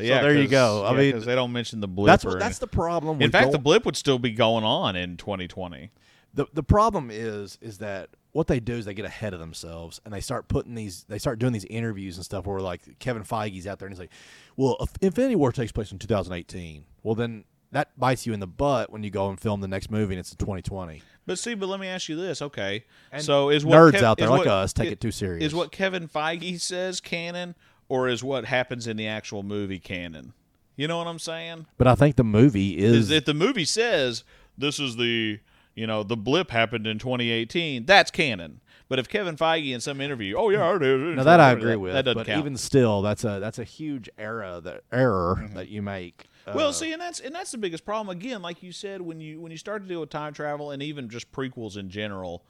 A: yeah,
C: there you
A: 'cause-
C: go. I
A: yeah,
C: mean,
A: 'cause they don't mention the blip.
C: That's
A: or
C: what, that's
A: anything.
C: the problem.
A: in
C: we
A: fact,
C: don't-
A: the blip would still be going on in 2020.
C: the the problem is is that what they do is they get ahead of themselves and they start putting these they start doing these interviews and stuff where like Kevin Feige's out there and he's like, "Well, if Infinity War takes place in 2018, well then that bites you in the butt when you go and film the next movie and it's in 2020."
A: But see, but let me ask you this, okay?
C: And
A: so is what
C: nerds
A: Kev-
C: out there
A: is
C: like
A: what-
C: us take it too serious.
A: Is what Kevin Feige says canon, or is what happens in the actual movie canon? You know what I'm saying?
C: But I think the movie
A: Is
C: is,
A: if the movie says this is the you know the blip happened in 2018, that's canon. But if Kevin Feige in some interview, oh yeah, it is.
C: now that I agree with.
A: That doesn't
C: but
A: count.
C: even still, that's a that's a huge error that error
A: Mm-hmm.
C: that you make.
A: Well,
C: uh,
A: see, and that's and that's the biggest problem. Again, like you said, when you when you start to deal with time travel and even just prequels in general,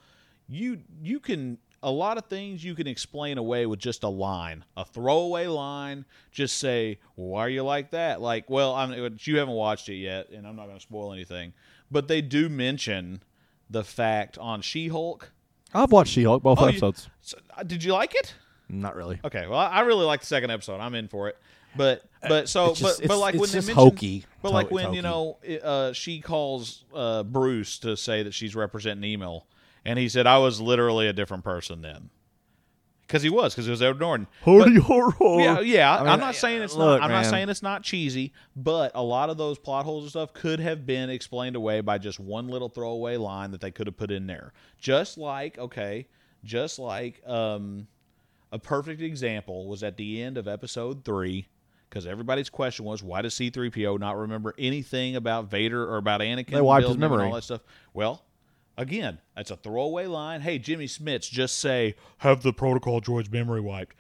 A: you you can a lot of things you can explain away with just a line, a throwaway line. Just say, well, "Why are you like that?" Like, well, I'm uh, you haven't watched it yet, and I'm not going to spoil anything, but they do mention the fact on She-Hulk.
C: I've watched She-Hulk both
A: Oh, you-
B: episodes.
A: So, uh, did you like it?
C: Not really.
A: Okay, well, I really like the second episode. I'm in for it. But but so
C: Uh, it's just-
A: but, but
C: it's-
A: like
C: it's
A: when they
C: just
A: mention-
C: hokey.
A: But
C: To-
A: like
C: it's
A: when you
C: hokey.
A: know it, uh, she calls uh, Bruce to say that she's representing email, and he said I was literally a different person then, because he was because it was Edward Norton.
C: Hardy horror.
A: Yeah, uh, yeah. I
C: mean,
A: am not saying it's
C: look,
A: not. I'm
C: man.
A: not saying it's not cheesy, but a lot of those plot holes and stuff could have been explained away by just one little throwaway line that they could have put in there. Just like okay, just like um, a perfect example was at the end of episode three. Because everybody's question was, why does C-3PO not remember anything about Vader or about Anakin?
C: They wiped
A: Bill
C: his
A: Newman,
C: memory.
A: all that stuff. Well, again, that's a throwaway line. Hey, Jimmy Smits, just say, have the protocol droid's memory wiped.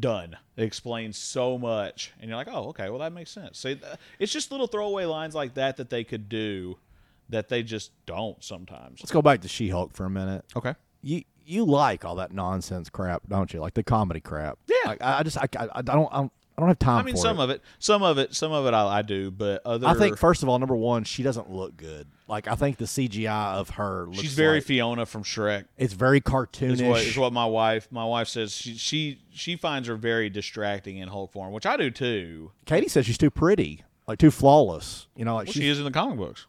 A: Done. It explains so much. And you're like, oh, okay, well, that makes sense. See, th- it's just little throwaway lines like that that they could do that they just don't sometimes.
C: Let's go back to She-Hulk for a minute.
A: Okay.
C: you you like all that nonsense crap, don't you? Like the comedy crap.
A: Yeah.
C: Like, I, I just I, I, I don't I don't I don't have time.
A: I mean,
C: for
A: some
C: it.
A: of it, some of it, some of it I, I do, but other.
C: I think first of all, number one, she doesn't look good. Like I think the CGI of her looks
A: she's very
C: like-
A: Fiona from Shrek.
C: it's very cartoonish.
A: Is what, is what my wife my wife says she, she she finds her very distracting in Hulk form, which I do too.
C: Katie says she's too pretty, like too flawless. You know, like
A: Well,
C: she's
A: she is in the comic books.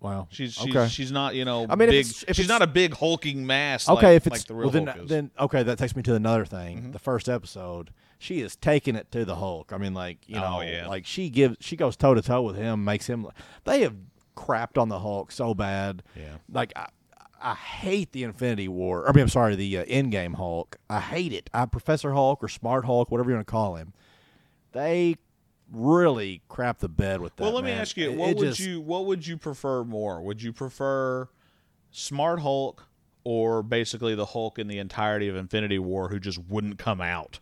C: Wow.
A: She's she's,
C: Okay.
A: she's not you know
C: I mean, if
A: big.
C: it's- if
A: she's
C: it's-
A: not a big hulking mass.
C: Okay,
A: like,
C: if it's
A: like the real
C: well,
A: Hulk
C: then,
A: is. Mm-hmm.
C: then okay, that takes me to another thing. The first episode, she is taking it to the Hulk. I mean, like you
A: Oh,
C: know,
A: yeah.
C: like she gives, she goes toe to toe with him, makes him. They have crapped on the Hulk so bad.
A: Yeah.
C: like I, I hate the Infinity War. I mean, I'm sorry, the uh, Endgame Hulk. I hate it. I Professor Hulk or Smart Hulk, whatever you want to call him. They really crap the bed with that.
A: well, let me
C: man.
A: ask you,
C: It-
A: what
C: it
A: would
C: just-
A: you what would you prefer more? Would you prefer Smart Hulk or basically the Hulk in the entirety of Infinity War who just wouldn't come out?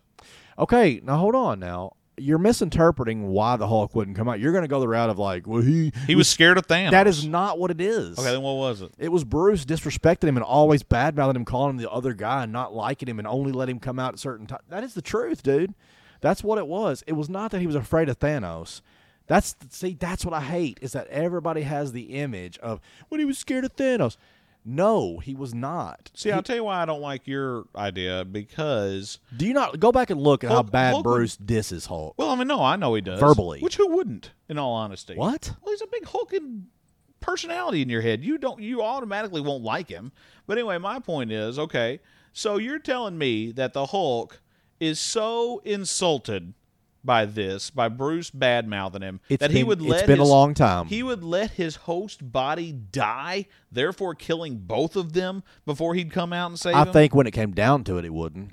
C: Okay, now hold on. Now you're misinterpreting why the Hulk wouldn't come out. You're going to go the route of like, well, he
A: He was scared of Thanos.
C: That is not what it is.
A: okay. Then what was it?
C: It was Bruce disrespecting him and always badmouthing him, calling him the other guy and not liking him and only let him come out at certain times. That is the truth, dude. That's what it was. It was not that he was afraid of Thanos. That's see, that's what I hate is that everybody has the image of when he was scared of Thanos. No, he was not.
A: See, I'll tell you why I don't like your idea because
C: Do you not go back and look at how
A: Hulk-
C: bad
A: Hulk would-
C: Bruce disses Hulk?
A: well, I mean, no, I know he does
C: Verbally.
A: which who wouldn't? In all honesty,
C: What?
A: Well, he's a big hulking personality in your head. You don't you automatically won't like him. But anyway, my point is, okay, so you're telling me that the Hulk is so insulted by this, by Bruce badmouthing him,
C: It's
A: that he
C: been-
A: would
C: it's
A: let
C: been a
A: his-
C: long time.
A: He would let his host body die, therefore killing both of them before he'd come out and save
C: I
A: him.
C: think when it came down to it, it wouldn't.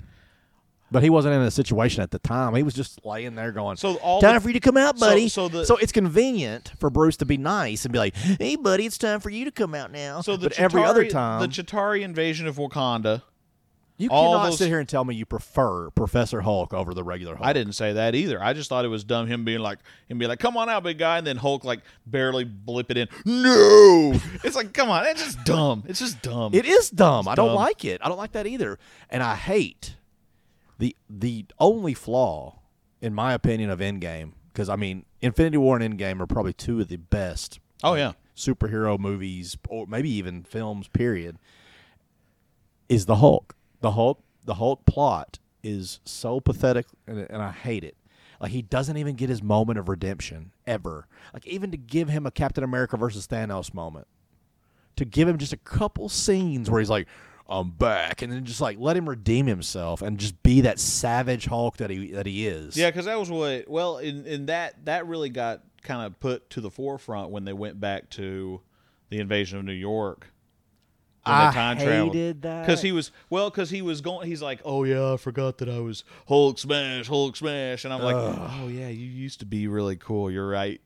C: But he wasn't in a situation at the time. He was just laying there going,
A: So all
C: time
A: the-
C: for you to come out,
A: so-
C: buddy."
A: so the-
C: it's convenient for Bruce to be nice and be like, "Hey, buddy, it's time for you to come out now."
A: so the
C: but every other
A: Chitauri-
C: time,
A: the Chitari invasion of Wakanda.
C: you
A: all
C: cannot
A: those-
C: sit here and tell me you prefer Professor Hulk over the regular Hulk.
A: I didn't say that either. I just thought it was dumb him being like him being like, "Come on out, big guy," and then Hulk like barely blip it in. No, it's like, come on, it's just dumb. It's just dumb.
C: It is dumb. I don't
A: dumb.
C: like it. I don't like that either. And I hate the the only flaw, in my opinion, of Endgame. Because I mean, Infinity War and Endgame are probably two of the best
A: oh yeah,
C: superhero movies or maybe even films period is the hulk the hulk the hulk plot is so pathetic and, and i hate it like he doesn't even get his moment of redemption ever like even to give him a captain america versus thanos moment to give him just a couple scenes where he's like i'm back and then just like let him redeem himself and just be that savage hulk that he that he is
A: yeah, because that was what. Well, in in that that really got kind of put to the forefront when they went back to the invasion of New York. when they
C: I
A: time traveled. (laughs)
C: hated that.
A: because he was well because he was going he's like oh yeah i forgot that i was hulk smash hulk smash and i'm like oh yeah you used to be really cool you're right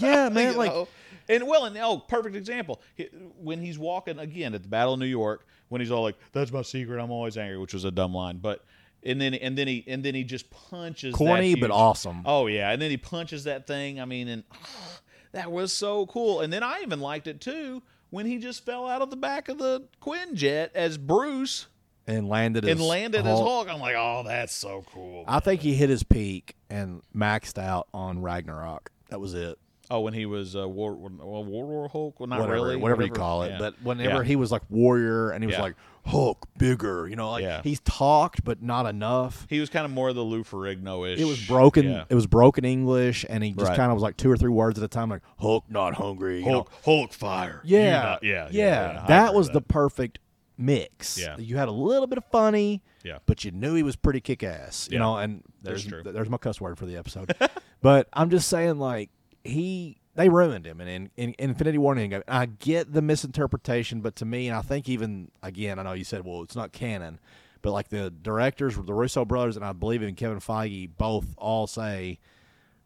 C: yeah man
A: (laughs) you
C: like
A: know? and well, and oh, perfect example. He- When he's walking again at the Battle of New York, when he's all like, "That's my secret. I'm always angry," which was a dumb line, but and then and then he and then he just punches that
C: corny
A: huge-
C: but awesome
A: Oh yeah, and then he punches that thing. I mean, and (sighs) that was so cool. And then I even liked it too when he just fell out of the back of the Quinjet as Bruce
C: and landed
A: and
C: as
A: landed as
C: Hulk.
A: Hulk. I'm like, oh, that's so cool.
C: I think he hit his peak and maxed out on Ragnarok. That was it.
A: oh, when he was uh, War, well, War War Hulk, well, not
C: whatever,
A: really,
C: whatever, you call it.
A: yeah.
C: But
A: Yeah.
C: whenever he was like warrior and he was
A: Yeah.
C: like Hulk bigger, you know, like
A: Yeah.
C: he's talked but not enough.
A: He was kind of more the Lou Ferrigno ish.
C: It was broken.
A: Yeah.
C: It was broken English, and he just
A: Right.
C: kind of was like two or three words at a time, like Hulk not hungry. you know.
A: Hulk, Hulk fire. You
C: Yeah,
A: not- yeah, yeah, yeah, I
C: That
A: agree
C: was
A: with
C: the perfect mix.
A: Yeah.
C: you had a little bit of funny.
A: Yeah.
C: but you knew he was pretty kick ass. You
A: Yeah.
C: know, and
A: That's
C: there's
A: true.
C: th- there's my cuss word for the episode. (laughs) but I'm just saying, like he they ruined him, and in, in, Infinity War and Endgame, I get the misinterpretation, but to me, and I think even again, I know you said, well, it's not canon, but like the directors, the Russo brothers, and I believe even Kevin Feige both all say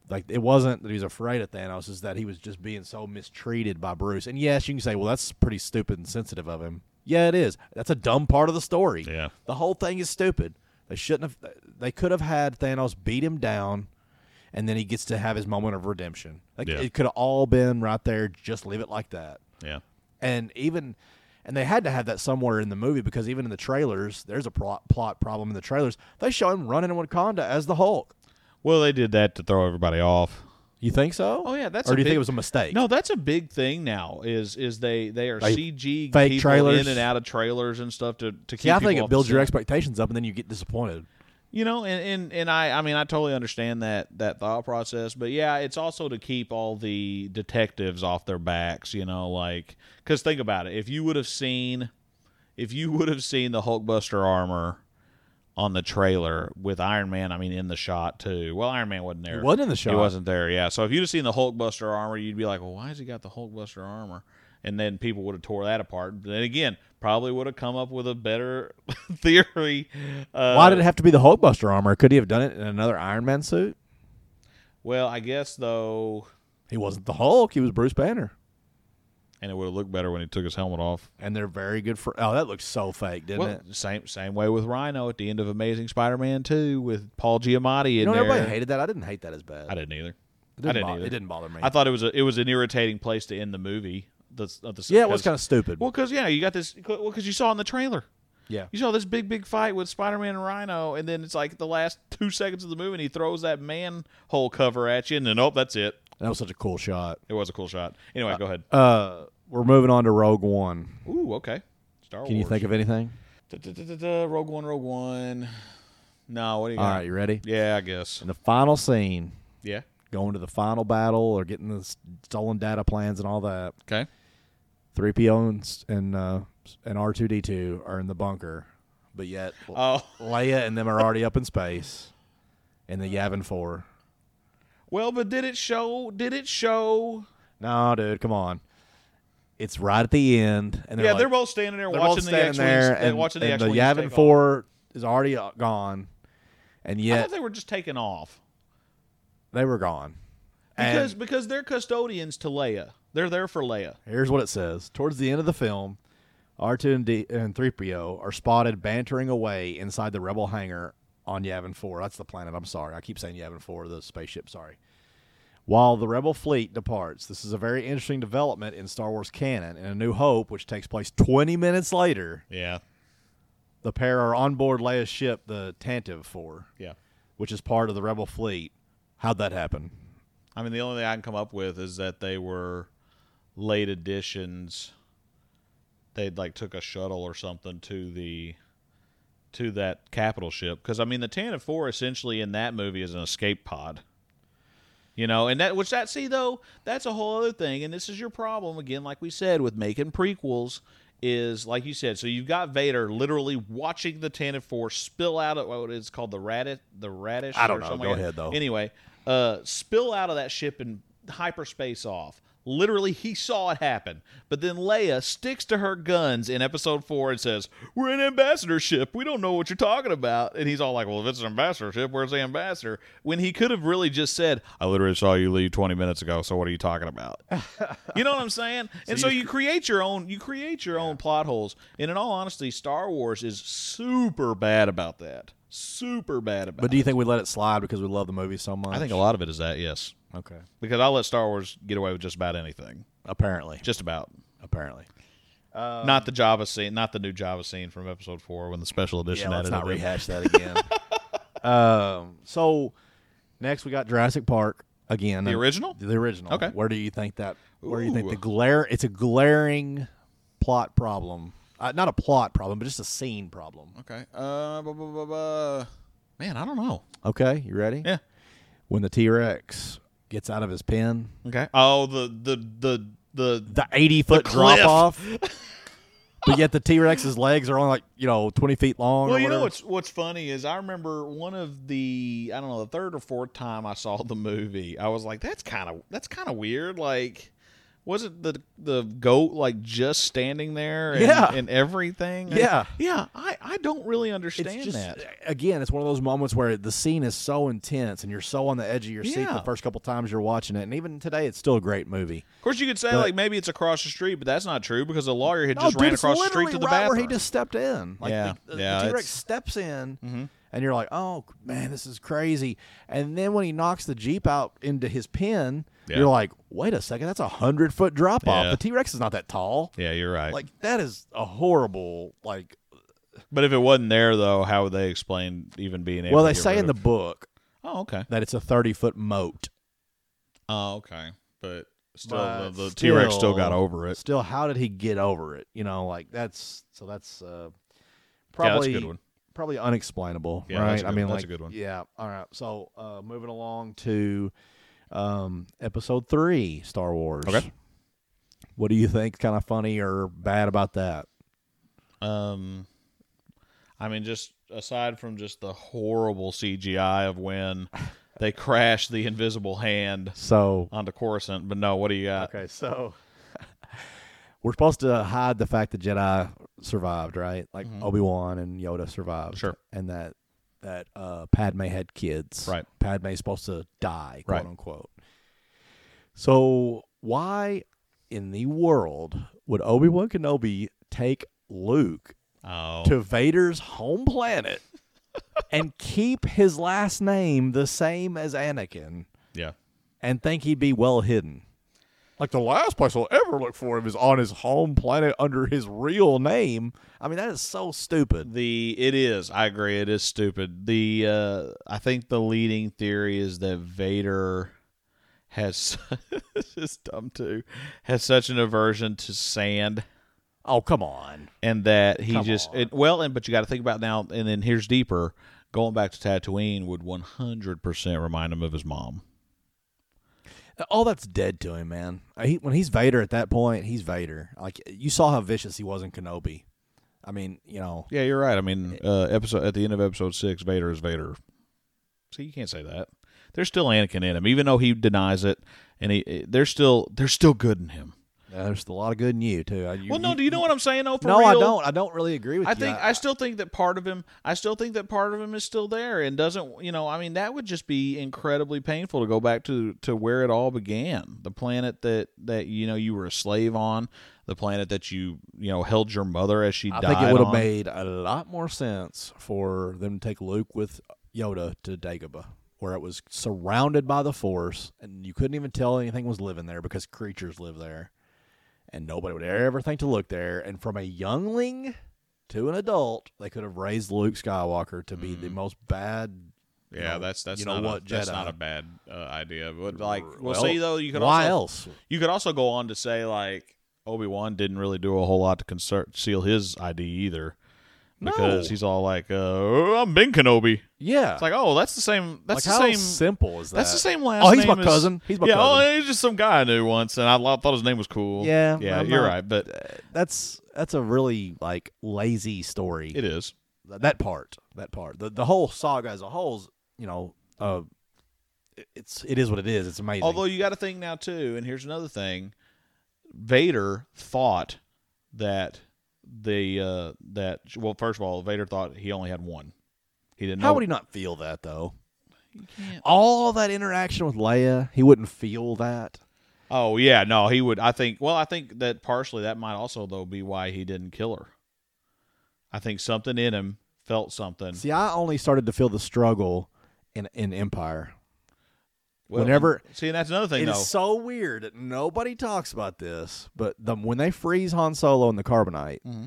C: like it wasn't that he was afraid of Thanos, is that he was just being so mistreated by Bruce. And yes, you can say, well, that's pretty stupid and sensitive of him. Yeah, it is. That's a dumb part of the story.
A: Yeah.
C: the whole thing is stupid. They shouldn't have. They could have had Thanos beat him down, and then he gets to have his moment of redemption. Like
A: Yeah.
C: it could have all been right there. Just leave it like that.
A: Yeah.
C: And even, and they had to have that somewhere in the movie because even in the trailers, there's a plot plot problem in the trailers. They show him running in Wakanda as the Hulk.
A: Well, they did that to throw everybody off.
C: You think so?
A: Oh, yeah, that's
C: or
A: a
C: do you
A: big-
C: think it was a mistake?
A: No, that's a big thing now. Is is they they are
C: Like,
A: CG
C: fake
A: people
C: trailers.
A: in and out of trailers and stuff to to keep.
C: Yeah, I
A: people
C: think
A: off
C: it
A: the
C: builds your
A: set.
C: expectations up, and then you get disappointed.
A: You know, and, and and I I mean I totally understand that that thought process, but yeah, it's also to keep all the detectives off their backs, you know, like cuz think about it. If you would have seen if you would have seen the Hulkbuster armor on the trailer with Iron Man, I mean in the shot too. Well, Iron Man wasn't there.
C: It wasn't in the shot.
A: He wasn't there. Yeah. So if you'd have seen the Hulkbuster armor, you'd be like, "Well, why has he got the Hulkbuster armor?" And then people would have tore that apart. Then again, probably would have come up with a better (laughs) theory. Uh,
C: Why did it have to be the Hulkbuster armor? Could he have done it in another Iron Man suit?
A: Well, I guess though,
C: He wasn't the Hulk. He was Bruce Banner.
A: and it would have looked better when he took his helmet off.
C: And they're very good for. Oh, that looks so fake, didn't
A: Well,
C: it?
A: same same way with Rhino at the end of Amazing Spider-Man Two with Paul Giamatti in
C: You know,
A: there.
C: everybody hated that. I didn't hate that as bad.
A: I didn't either.
C: It didn't,
A: I didn't
C: bo-
A: either.
C: it didn't bother me.
A: I thought it was a, it was an irritating place to end the movie. That's of the
C: yeah, it was
A: 'cause-
C: kind of stupid.
A: well because yeah you got this well because you saw in the trailer
C: yeah.
A: you saw this big big fight with Spider-Man and Rhino and then it's like the last two seconds of the movie and he throws that manhole cover at you and then oh that's it.
C: That was such a cool shot.
A: It was a cool shot. Anyway, go ahead.
C: Uh, we're moving on to Rogue One.
A: Ooh, okay. Star
C: Can you
A: Wars.
C: think of anything?
A: Da-da-da-da-da, Rogue One, Rogue One. No, what do you
C: All
A: got?
C: right, you ready?
A: Yeah, I guess.
C: In the final scene,
A: Yeah.
C: going to the final battle or getting the s- stolen data plans and all that.
A: Okay.
C: Three PO and s- and uh, s- and R two D two are in the bunker, but yet
A: Oh,
C: Leia and them are already up in space, and the Yavin Four.
A: well, but did it show? Did it show?
C: No, dude, come on. It's right at the end, and they're
A: yeah,
C: like,
A: they're both standing there
C: they're both
A: watching the
C: standing
A: X-wings.
C: there,
A: they're
C: and,
A: watching the
C: and the
A: X-wings
C: Yavin
A: take off.
C: Four is already uh, gone, and
A: I
C: yet
A: thought they were just taking off
C: they were gone. And-
A: because because they're custodians to Leia. They're there for Leia.
C: Here's what it says. Towards the end of the film, R2 and, D- and 3PO are spotted bantering away inside the Rebel hangar on Yavin 4. That's the planet. I'm sorry. I keep saying Yavin 4, the spaceship. Sorry. While the Rebel fleet departs, this is a very interesting development in Star Wars canon. In A New Hope, which takes place 20 minutes later,
A: Yeah,
C: the pair are on board Leia's ship, the Tantive 4,
A: yeah.
C: which is part of the Rebel fleet. How'd that happen?
A: I mean, the only thing I can come up with is that they were late additions. They'd like took a shuttle or something to the to that capital ship because I mean the Tantive Four essentially in that movie is an escape pod. You know, and that which that see though that's a whole other thing, and this is your problem again, like we said with making prequels is like you said. So you've got Vader literally watching the Tantive Four spill out of what is called the radish, the radish.
C: I don't
A: or
C: know.
A: something
C: Go
A: like that.
C: ahead, though.
A: Anyway, uh, spill out of that ship and hyperspace off. Literally, he saw it happen. But then Leia sticks to her guns in episode four and says, We're an ambassadorship. We don't know what you're talking about. And he's all like, Well, if it's an ambassadorship, where's the ambassador? When he could have really just said, I literally saw you leave 20 minutes ago. So what are you talking (laughs) about? you know what I'm saying? and so you create your own you create your own plot holes. And in all honesty, Star Wars is super bad about that. Super bad about
C: But do
A: it.
C: you think we let it slide because we love the movie so much?
A: I think a lot of it is that, yes
C: Okay.
A: because I'll let Star Wars get away with just about anything,
C: Apparently.
A: just about.
C: Apparently.
A: not the Java scene, not the new Java scene from Episode Four when the special edition
C: Yeah,
A: added
C: let's not
A: it in.
C: rehash that again. (laughs) um, so next we got Jurassic Park again.
A: the original.
C: The original.
A: Okay.
C: Where do you think that? Where do you think
A: Ooh.
C: the glare? It's a glaring plot problem. Uh, not a plot problem, but just a scene problem.
A: Okay. Uh, bu- bu- bu- bu- man, I don't know.
C: Okay, you ready?
A: Yeah.
C: When the T Rex gets out of his pen,
A: Okay. Oh, the the the the
C: the eighty foot
A: cliff.
C: drop off. but yet the T Rex's legs are only like you know twenty feet long.
A: Well,
C: or
A: you know
C: whatever.
A: what's what's funny is I remember one of the I don't know the third or fourth time I saw the movie, I was like, that's kind of that's kind of weird. Like, wasn't the the goat like just standing there? And,
C: Yeah.
A: and everything. And-
C: Yeah.
A: yeah. I I don't really understand
C: it's just,
A: that.
C: Again, it's one of those moments where the scene is so intense and you're so on the edge of your seat
A: Yeah.
C: the first couple times you're watching it. And even today, it's still a great movie.
A: Of course, you could say
C: But-
A: like maybe it's across the street, but that's not true because the lawyer had
C: No,
A: just
C: Oh, dude,
A: ran
C: it's
A: across the street
C: literally
A: to the
C: right
A: bathroom.
C: where he just stepped in. Like
A: Yeah,
C: the, the,
A: yeah,
C: T Rex
A: it's- Mm-hmm.
C: steps in, and you're like, "Oh man, this is crazy." And then when he knocks the jeep out into his pen,
A: Yeah.
C: you're like, "Wait a second, that's a hundred foot drop off.
A: Yeah.
C: The T Rex is not that tall.
A: yeah, you're right.
C: Like that is a horrible like
A: but if it wasn't there, though, how would they explain even being able?
C: well,
A: to
C: they
A: get
C: say
A: rid
C: in the
A: of-
C: book
A: oh okay,
C: that it's a thirty foot moat.
A: oh okay, but still,
C: But
A: the, the T Rex still got
C: still-
A: over it.
C: still how did he get over it you know like that's so that's uh
A: Yeah, that's a
C: probably
A: good one.
C: probably unexplainable,
A: Yeah,
C: right?
A: that's a
C: I
A: good-
C: mean,
A: that's
C: like,
A: a good one.
C: Yeah. All right. So uh, moving along to um, episode three, Star Wars.
A: Okay.
C: What do you think? Kind of funny or bad about that?
A: Um, I mean, just aside from just the horrible CGI of when they crash the invisible hand
C: So
A: onto Coruscant, but no, what do you got?
C: okay, so Uh, (laughs) we're supposed to hide the fact that Jedi survived, right? Like Obi Wan and Yoda survived,
A: Mm-hmm. Sure.
C: and that that uh, Padme had kids,
A: Right.
C: Padme's supposed to die, quote
A: Right.
C: unquote. So why in the world would Obi Wan Kenobi take Luke
A: Oh,
C: to Vader's home
A: (laughs)
C: planet and keep his last name the same as Anakin?
A: yeah.
C: and think he'd be well hidden. Like the last place I'll ever look for him is on his home planet under his real name. I mean, that is so stupid.
A: The it is. I agree. It is stupid. The uh, I think the leading theory is that Vader has (laughs) this is dumb too has such an aversion to sand
C: Oh, come on.
A: and that he
C: Come
A: just
C: on.
A: it, well and but you got to think about now and then here's deeper going back to Tatooine would 100% remind him of his mom.
C: All Oh, that's dead to him, man. Uh, He, when he's Vader at that point, he's Vader. Like you saw how vicious he was in Kenobi. I mean, you know,
A: Yeah, you're right. I mean, uh, episode at the end of episode 6 Vader is Vader. See, you can't say that. There's still Anakin in him even though he denies it and he eh, there's still there's still good in him.
C: there's a lot of good in you too. Uh, you-
A: well, no,
C: you-
A: do you know what I'm saying? though? for
C: no, I
A: real?
C: don't. I don't really agree with
A: I
C: you.
A: think I still think that part of him. I still think that part of him is still there and doesn't. You know, I mean, that would just be incredibly painful to go back to to where it all began. The planet that that you know you were a slave on, the planet that you you know held your mother as she
C: I
A: died.
C: think it would have
A: on.
C: made a lot more sense for them to take Luke with Yoda to Dagobah, where it was surrounded by the Force, and you couldn't even tell anything was living there because creatures live there, and nobody would ever think to look there. And from a youngling to an adult, they could have raised Luke Skywalker to be
A: Mm-hmm.
C: the most bad. you
A: Yeah,
C: know,
A: that's that's
C: you know
A: not
C: what
A: a, that's
C: Jedi.
A: not a bad uh, idea. But like, we'll,
C: Well,
A: see though. You could
C: why
A: also,
C: else?
A: You could also go on to say like Obi Wan didn't really do a whole lot to conceal his ID either, because
C: No.
A: he's all like, uh, "Oh, "I'm Ben Kenobi."
C: Yeah,
A: It's like, oh, that's the same. That's
C: Like,
A: the
C: how
A: same.
C: simple is that?
A: that's the same last.
C: Oh, he's
A: name
C: my
A: as-
C: cousin. He's my
A: yeah,
C: cousin.
A: oh, he's just some guy I knew once, and I lo- thought his name was cool.
C: Yeah,
A: yeah,
C: I'm
A: you're
C: not-
A: right, but
C: That's that's a really like lazy story.
A: it is.
C: Th- that part that part the, the whole saga as a whole is you know uh it- it's it is what it is it's amazing
A: Although you got to think now too, and here's another thing: Vader thought that the uh that well, first of all, Vader thought he only had one. He didn't.
C: how
A: know
C: would he not feel that though all that interaction with leia he wouldn't feel that
A: Oh yeah, no, he would. I think. Well, I think that partially that might also though be why he didn't kill her. I think something in him felt something.
C: see i only started to feel the struggle in in empire
A: Well,
C: whenever-
A: see, and that's another thing
C: It is
A: though.
C: so weird that nobody talks about this, but the, when they freeze Han Solo in the carbonite,
A: Mm-hmm.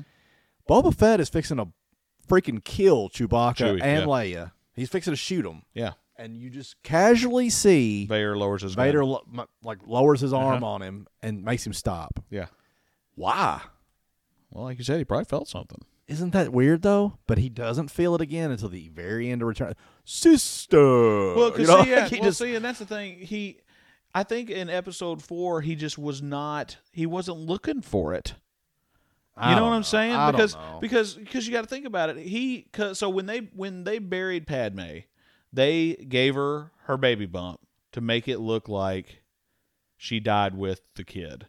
C: Boba Fett is fixing to freaking kill Chewbacca
A: Chewie,
C: and
A: yeah.
C: Leia. He's fixing to shoot him,
A: yeah,
C: and you just casually see
A: Vader lowers his gun.
C: Vader lo- m- like lowers his arm on him and makes him stop.
A: Yeah.
C: Uh-huh. Why?
A: Well, like you said, he probably felt something.
C: Isn't that weird though? But he doesn't feel it again until the very end of Return. Sister.
A: Well, because
C: You (laughs) know,
A: see, yeah,
C: like, he
A: well,
C: just-
A: see, and that's the thing. He, I think in episode four, he just was not. He wasn't looking for it.
C: I
A: you know
C: don't
A: what I'm saying?
C: I don't
A: because
C: know.
A: because because you got to think about it. He cause, so when they when they buried Padme, they gave her her baby bump to make it look like she died with the kid.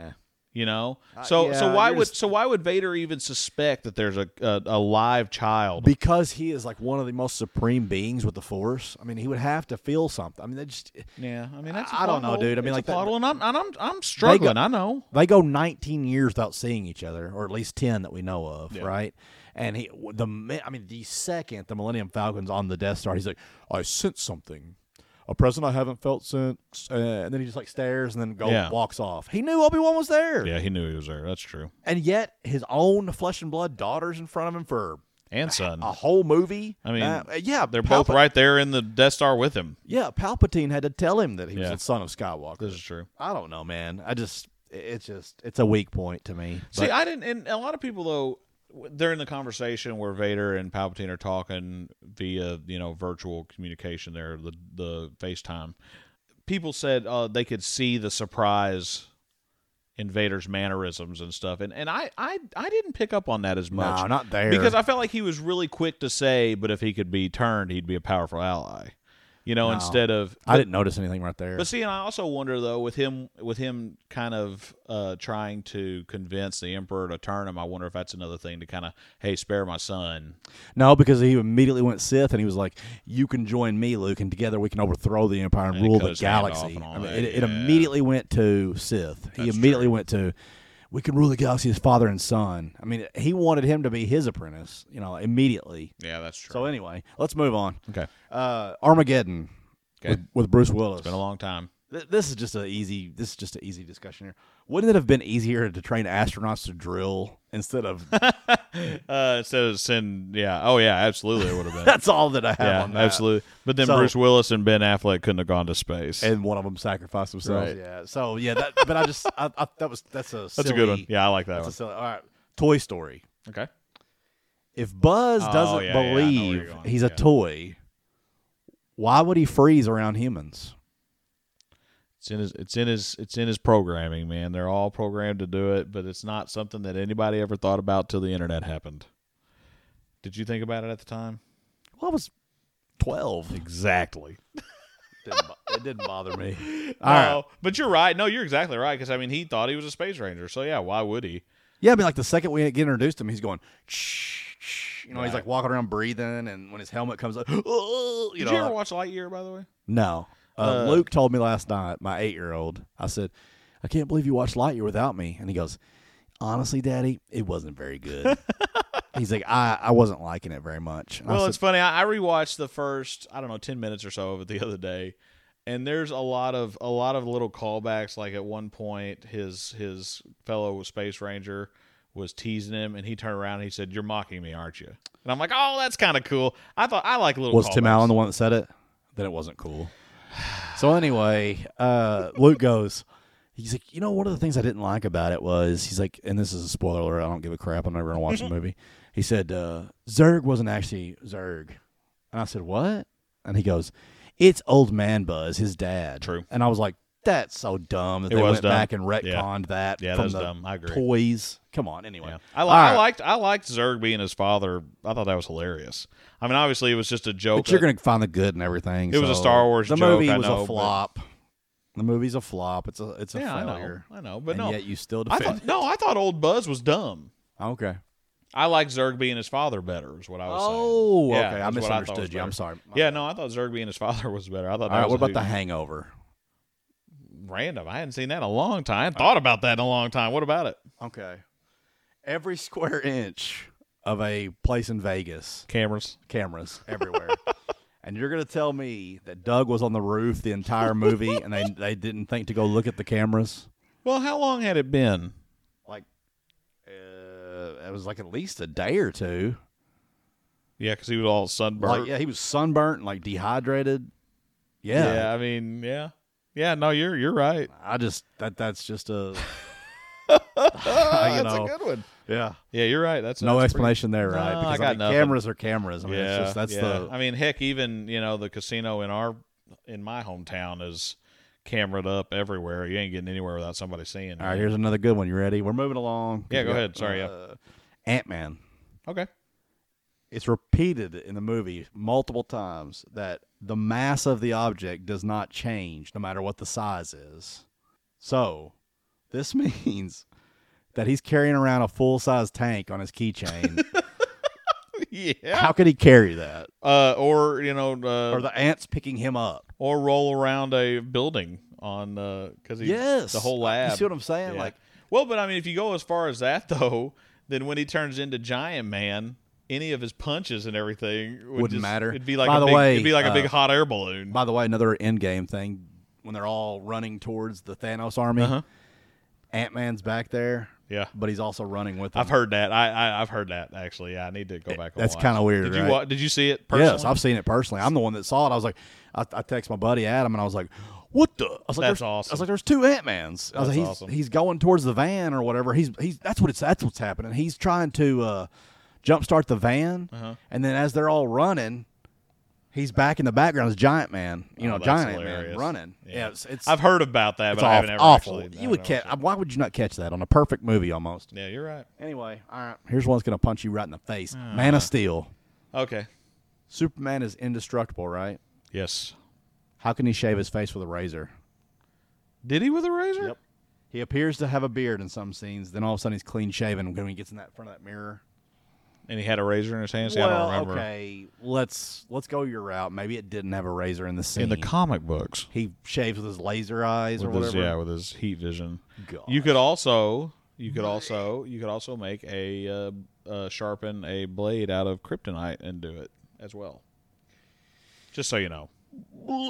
C: Eh.
A: You know, so so
C: yeah,
A: why
C: you're
A: would
C: just-
A: so why would Vader even suspect that there's a a, a live child?
C: because he is like one of the most supreme beings with the Force. I mean, he would have to feel something. I mean, they just
A: yeah, I mean that's
C: I- I don't know,
A: plot hole.
C: dude. I mean,
A: It's
C: like,
A: a
C: that-
A: plot hole, and I'm and I'm I'm struggling. I know.
C: they go 19 years without seeing each other, or at least 10 that we know of, right? And he the mi- I mean, the second the Millennium Falcon's on the Death Star, he's like, I sense something. A present I haven't felt since, uh, and then he just like stares and then go
A: Yeah.
C: walks off. He knew Obi Wan was there,
A: Yeah, he knew he was there. That's true.
C: and yet his own flesh and blood daughter's in front of him for
A: (laughs) And son,
C: a whole movie.
A: I mean,
C: Uh, yeah,
A: they're both
C: Palpa-
A: right there in the Death Star with him.
C: Yeah, Palpatine had to tell him that he was
A: Yeah.
C: the son of Skywalker.
A: This is true.
C: I don't know, man. I just it's just it's a weak point to me.
A: See,
C: But
A: I didn't, and a lot of people though, w- during the conversation where Vader and Palpatine are talking via you know virtual communication there the the FaceTime people said uh, they could see the surprise in Vader's mannerisms and stuff and and I I, I didn't pick up on that as much
C: No, not there.
A: because I felt like he was really quick to say but if he could be turned he'd be a powerful ally you know instead of
C: I didn't notice anything right there.
A: but see, and I also wonder though, with him, with him kind of uh, trying to convince the emperor to turn him, I wonder if that's another thing to kind of, hey, spare my son.
C: No, because he immediately went Sith, and he was like, "You can join me, Luke, and together we can overthrow the Empire and,
A: And he
C: rule
A: cut
C: the
A: his hand off
C: galaxy."
A: and all
C: I mean,
A: that,
C: it, it
A: yeah.
C: immediately went to Sith. he
A: That's
C: immediately
A: true.
C: went to, "We can rule the galaxy as father and son." I mean, he wanted him to be his apprentice, you know, immediately.
A: Yeah, that's true.
C: So anyway, let's move on.
A: okay,
C: Uh, Armageddon
A: Okay.
C: with, with Bruce Willis.
A: been a long time.
C: Th- this is just an easy. This is just an easy discussion here. Wouldn't it have been easier to train astronauts to drill instead of? (laughs)
A: Uh, instead of send, yeah, oh yeah, absolutely, it would have been.
C: that's all that I (laughs) have
A: yeah,
C: on that.
A: absolutely. But then
C: So-
A: Bruce Willis and Ben Affleck couldn't have gone to space.
C: and one of them sacrificed themselves.
A: Right.
C: Yeah. So yeah, that, but I just I, I, that was that's a
A: that's
C: silly,
A: a good one. Yeah, I like that
C: That's
A: one.
C: a silly. All right, Toy Story.
A: okay,
C: If Buzz
A: Oh,
C: doesn't
A: yeah, yeah, I know where you're
C: believe
A: going.
C: he's a
A: Yeah.
C: toy, why would he freeze around humans?
A: it's in his, it's in his, it's in his programming, man. They're all programmed to do it, but it's not something that anybody ever thought about till the internet happened. Did you think about it at the (laughs) time?
C: Well, I was twelve.
A: Exactly.
C: (laughs) Didn't bo- it didn't
A: (laughs)
C: bother me.
A: Oh,
C: All right.
A: but you're right. No, you're exactly right. Because I mean, he thought he was a space ranger. So yeah, why would he?
C: Yeah, I mean, like the second we get introduced to him, he's going. Shh, shh," you know, he's
A: Right.
C: like walking around breathing, and when his helmet comes up, (gasps) you
A: Did
C: know,
A: you ever
C: like-
A: watch Lightyear? By the way,
C: No. Uh,
A: Uh,
C: Luke told me last night, my eight year old, I said, I can't believe you watched Lightyear without me. And he goes, Honestly, Daddy, it wasn't very good. He's like, I, I wasn't liking it very much. And I
A: Well,
C: said,
A: it's funny. I, I rewatched the first, I don't know, ten minutes or so of it the (laughs) other day, and there's a lot of a lot of little callbacks. Like at one point, his his fellow space ranger was teasing him, and he turned around and he said, "You're mocking me, aren't you?" And I'm like, "Oh, that's kind of cool." I thought I like little.
C: was Tim
A: callbacks.
C: Allen the one that said it? Then it wasn't cool. So anyway, uh, Luke goes. He's like, you know, one of the things I didn't like about it was he's like, and this is a spoiler. alert, I don't give a crap. I'm never
A: (laughs)
C: gonna watch the movie. He said uh, Zerg wasn't actually Zerg, and I said what? And he goes, it's old man Buzz, his dad.
A: True.
C: And I was like, that's so dumb that
A: It
C: they
A: was
C: went
A: dumb.
C: back and
A: Yeah.
C: retconned that.
A: Yeah, that
C: from
A: was
C: the
A: dumb. I agree.
C: Toys. Come on. Anyway,
A: Yeah. I, li-
C: All
A: I
C: right.
A: liked I liked Zerg being his father. I thought that was hilarious. I mean, obviously, it was just a joke.
C: But you're
A: that-
C: going to find the good and everything.
A: It was a
C: so-
A: Star Wars
C: The
A: joke,
C: movie
A: I
C: was
A: know,
C: a
A: but-
C: flop. The movie's a flop. It's a it's a
A: yeah, I know,
C: failure.
A: I know, but
C: and
A: no,
C: yet you still
A: I
C: defend.
A: thought no, I thought old Buzz was dumb.
C: okay.
A: I like Zerg being his father better. Is what I was saying.
C: Oh,
A: Yeah,
C: okay.
A: that's
C: I
A: what thought was
C: misunderstood you.
A: better.
C: I'm sorry.
A: Yeah, no, I thought Zerg being his father was better. I thought.
C: All
A: That
C: right.
A: was
C: What about
A: a
C: the Hangover?
A: random? I hadn't seen that in a long time. I hadn't thought about that in a long time. What about it?
C: Okay. Every square inch of a place in Vegas,
A: Cameras.
C: cameras (laughs) everywhere. And you're gonna tell me that Doug was on the roof the entire movie, and they they didn't think to go look at the cameras?
A: Well, how long had it been?
C: Like, uh, it was like at least a day or two.
A: Yeah, because he was all sunburned.
C: Like, yeah, he was sunburnt, and, like dehydrated. Yeah,
A: yeah. I mean, yeah, yeah. No, you're you're
C: (laughs)
A: right.
C: I just that that's just a
A: Ah, that's
C: know.
A: a good one.
C: yeah.
A: (sighs) Yeah, you're right. That's
C: No
A: that's pretty-
C: explanation there, right?
A: No, I
C: because
A: got
C: mean,
A: nothing.
C: cameras are cameras. I mean, it's just that's the
A: I mean, heck, even you know the casino in our in my hometown is cameraed up everywhere. You ain't getting anywhere without somebody seeing. it.
C: All right, here's another good one. You ready? We're moving along.
A: Yeah, go ahead. Sorry, yeah.
C: Ant Man.
A: Okay. (laughs)
C: It's repeated in the movie multiple times that the mass of the object does not change no matter what the size is. So, this (laughs) means that he's carrying around a full size tank on
A: (laughs)
C: his keychain.
A: yeah.
C: How could he carry that?
A: Uh, or you know, uh,
C: Or
A: or,
C: the ants picking him up?
A: roll around a building on because he
C: Yes. Uh,
A: the whole
C: You
A: lab.
C: see what I'm saying?
A: Yeah.
C: Like,
A: well, but I mean, if you go as far as that (laughs) though, then when he turns into Giant Man. Any of his punches and everything would
C: Wouldn't
A: just-
C: matter.
A: It'd be like
C: By
A: a
C: the
A: big,
C: way,
A: it'd be like a
C: uh,
A: big hot air balloon.
C: by the way, another end game thing when they're all running towards the Thanos army,
A: Uh-huh.
C: Ant Man's back there,
A: yeah,
C: but he's also running with them.
A: I've heard that. I, I I've heard that actually. Yeah, I need to go back. And
C: Eh, that's
A: watch.
C: kinda weird,
A: Did you
C: right?
A: wa- did you see it? Personally?
C: Yes, I've seen it personally. I'm the one that saw it. I was like, I, I text my buddy Adam, and I was like, what the? I was like,
A: That's
C: there's- I
A: awesome.
C: was like, there's two Ant Mans. I was
A: That's
C: like, he's
A: awesome.
C: he's going towards the van or whatever. He's he's that's what it's that's what's happening. He's trying to uh, jumpstart the van,
A: Uh-huh.
C: and then as they're all running, he's back in the background as Giant Man. You
A: Oh,
C: know,
A: that's
C: Giant Ant Man
A: hilarious.
C: running.
A: Yeah.
C: Yeah, it's, it's
A: I've heard about that,
C: it's
A: but I haven't
C: awful.
A: ever
C: awful.
A: actually. I
C: you would
A: haven't
C: catch.
A: actually-
C: Why would you not catch that on a perfect movie almost?
A: Yeah, you're right.
C: Anyway, all right. Here's one's gonna punch you right in the face. Man
A: Uh-huh.
C: of Steel.
A: Okay.
C: Superman is indestructible, right?
A: Yes.
C: How can he shave his face with a razor?
A: Did he with a razor?
C: Yep. He appears to have a beard in some scenes. Then all of a sudden he's clean shaven when he gets in that front of that mirror.
A: And he had a razor in his hand. See, I don't remember.
C: okay, let's let's go your route. Maybe it didn't have a razor in the scene.
A: In the comic books,
C: he shaves with his laser eyes or
A: with his,
C: whatever.
A: yeah, with his heat vision.
C: Gosh.
A: You could also, you could also, you could also make a uh, uh, sharpen a blade out of kryptonite and do it as well. Just so you know,
C: (sighs)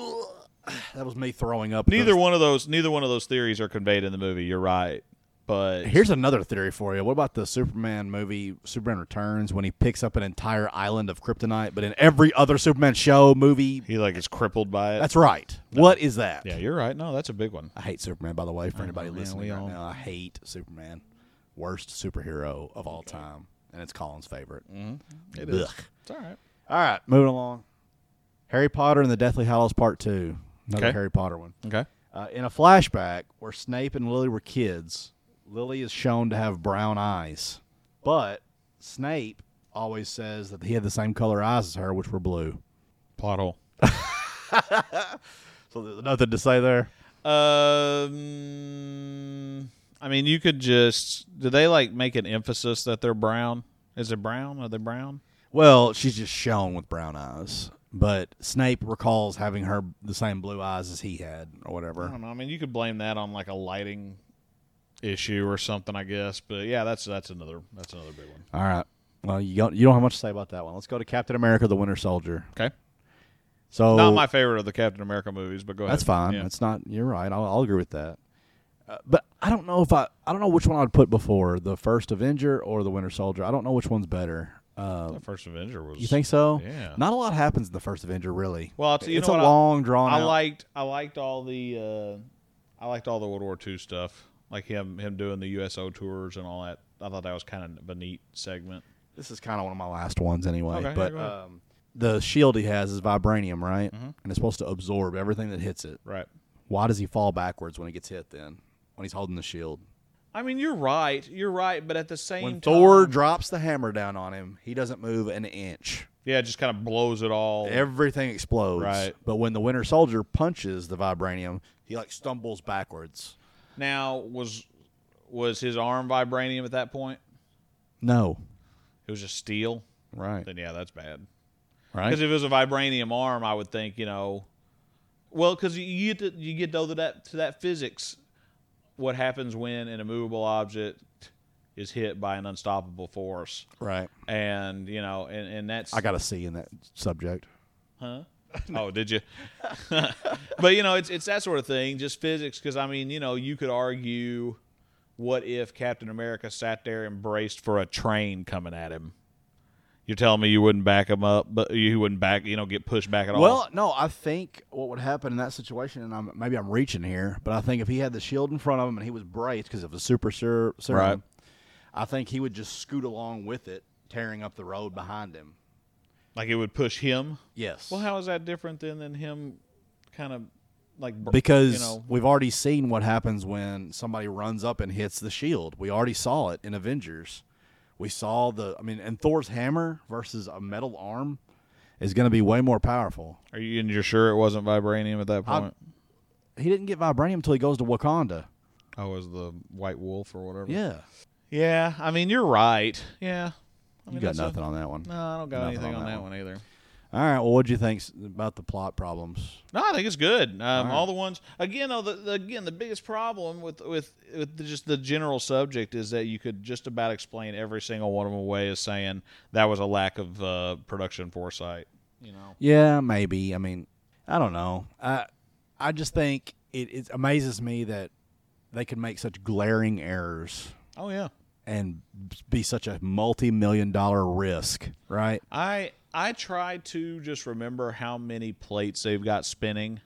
C: That was me throwing up.
A: neither
C: Those-
A: one of those, neither one of those theories are conveyed in the movie. You're right, but
C: Here's another theory for you. What about the Superman movie, Superman Returns, when he picks up an entire island of kryptonite? But in every other Superman show, movie,
A: he like is crippled by it.
C: that's right. What is that?
A: yeah, you're right. No, that's a big one.
C: I hate Superman, by the way, for anybody
A: man,
C: listening
A: we
C: right
A: all-
C: now. I hate Superman. Worst superhero of all time. And it's Colin's favorite. Mm-hmm.
A: It is. It's all right.
C: All right, moving along. Harry Potter and the Deathly Hallows Part 2. Another
A: Okay.
C: Harry Potter one.
A: Okay.
C: Uh, in a flashback where Snape and Lily were kids, Lily is shown to have brown eyes. But Snape always says that he had the same color eyes as her, which were blue.
A: Plot hole.
C: So there's nothing to say there.
A: Um, I mean, you could just. Do they like make an emphasis that they're brown? Is it brown? Are they brown?
C: Well, she's just shown with brown eyes. But Snape recalls having her the same blue eyes as he had, or
A: I
C: whatever.
A: don't know. I mean, you could blame that on like a lighting issue or something, I guess. But yeah, that's that's another that's another big one.
C: All right. Well, you don't you don't have much to say about that one. Let's go to Captain America: The Winter Soldier.
A: Okay,
C: So
A: not my favorite of the Captain America movies, but go ahead.
C: that's fine.
A: Yeah.
C: That's not. You're right. I'll, I'll agree with that. Uh, but I don't know if I I don't know which one I'd put before the first Avenger or the Winter Soldier. I don't know which one's better. Uh,
A: the first Avenger was.
C: you think so?
A: Yeah.
C: Not a lot happens in the first Avenger, really.
A: Well, I'll t- you
C: it's
A: know
C: a
A: what I-
C: long drawn.
A: I
C: out-
A: liked I liked all the uh, I liked all the World War II stuff, like him him doing the USO tours and all that. I thought that was kind of a neat segment.
C: This is kind of one of my last ones anyway.
A: Okay,
C: but
A: yeah, go ahead. Mm-hmm.
C: um, the shield he has is vibranium, right? And it's supposed to absorb everything that hits it.
A: Right.
C: Why does he fall backwards when he gets hit then? When he's holding the shield.
A: I mean, you're right. You're right, but at the same
C: When
A: time,
C: Thor drops the hammer down on him, he doesn't move an inch.
A: yeah, it just kind of blows it all.
C: Everything explodes.
A: Right.
C: But when the Winter Soldier punches the vibranium, he like stumbles backwards.
A: now was was his arm vibranium at that point?
C: No.
A: It was just steel.
C: Right.
A: Then yeah, that's bad.
C: Right.
A: Because if it was a vibranium arm, I would think you know. Well, because you get to, you get to that to that physics, what happens when an immovable object is hit by an unstoppable force,
C: Right.
A: and you know, and, and that's
C: I got a C in that subject.
A: (laughs) oh, did you? but you know, it's it's that sort of thing, just physics. Because I mean, you know, you could argue, what if Captain America sat there and braced for a train coming at him? You're telling me you wouldn't back him up, but you wouldn't back, you know, get pushed back at all.
C: Well, no, I think what would happen in that situation, and I'm, maybe I'm reaching here, but I think if he had the shield in front of him and he was braced because of a super ser- serum,
A: Right.
C: I think he would just scoot along with it, tearing up the road behind him.
A: like it would push him.
C: Yes.
A: Well, how is that different than than him, kind of like br-
C: because
A: you know
C: we've already seen what happens when somebody runs up and hits the shield. We already saw it in Avengers. We saw the, I mean, and Thor's hammer versus a metal arm is going to be way more powerful.
A: are you and you're sure it wasn't vibranium at that point?
C: He didn't get vibranium until he goes to Wakanda.
A: I Oh, was the white wolf or whatever.
C: Yeah.
A: Yeah, I mean you're right. Yeah. I
C: You
A: mean,
C: got
A: that's a-
C: nothing on that one.
A: no, I don't got
C: nothing
A: anything
C: on
A: on
C: that
A: that one. either.
C: All right. Well, what'd you think s- about the plot problems?
A: No, I think it's good. Um, All the ones again. Though, the, the, again, the biggest problem with with with the, just the general subject is that you could just about explain every single one of them away as saying that was a lack of uh, production foresight. You know.
C: Yeah, maybe. I mean, I don't know. I I just think it, it amazes me that they can make such glaring errors
A: Oh yeah.
C: and be such a multi-million dollar risk, right?
A: I I try to just remember how many plates they've got spinning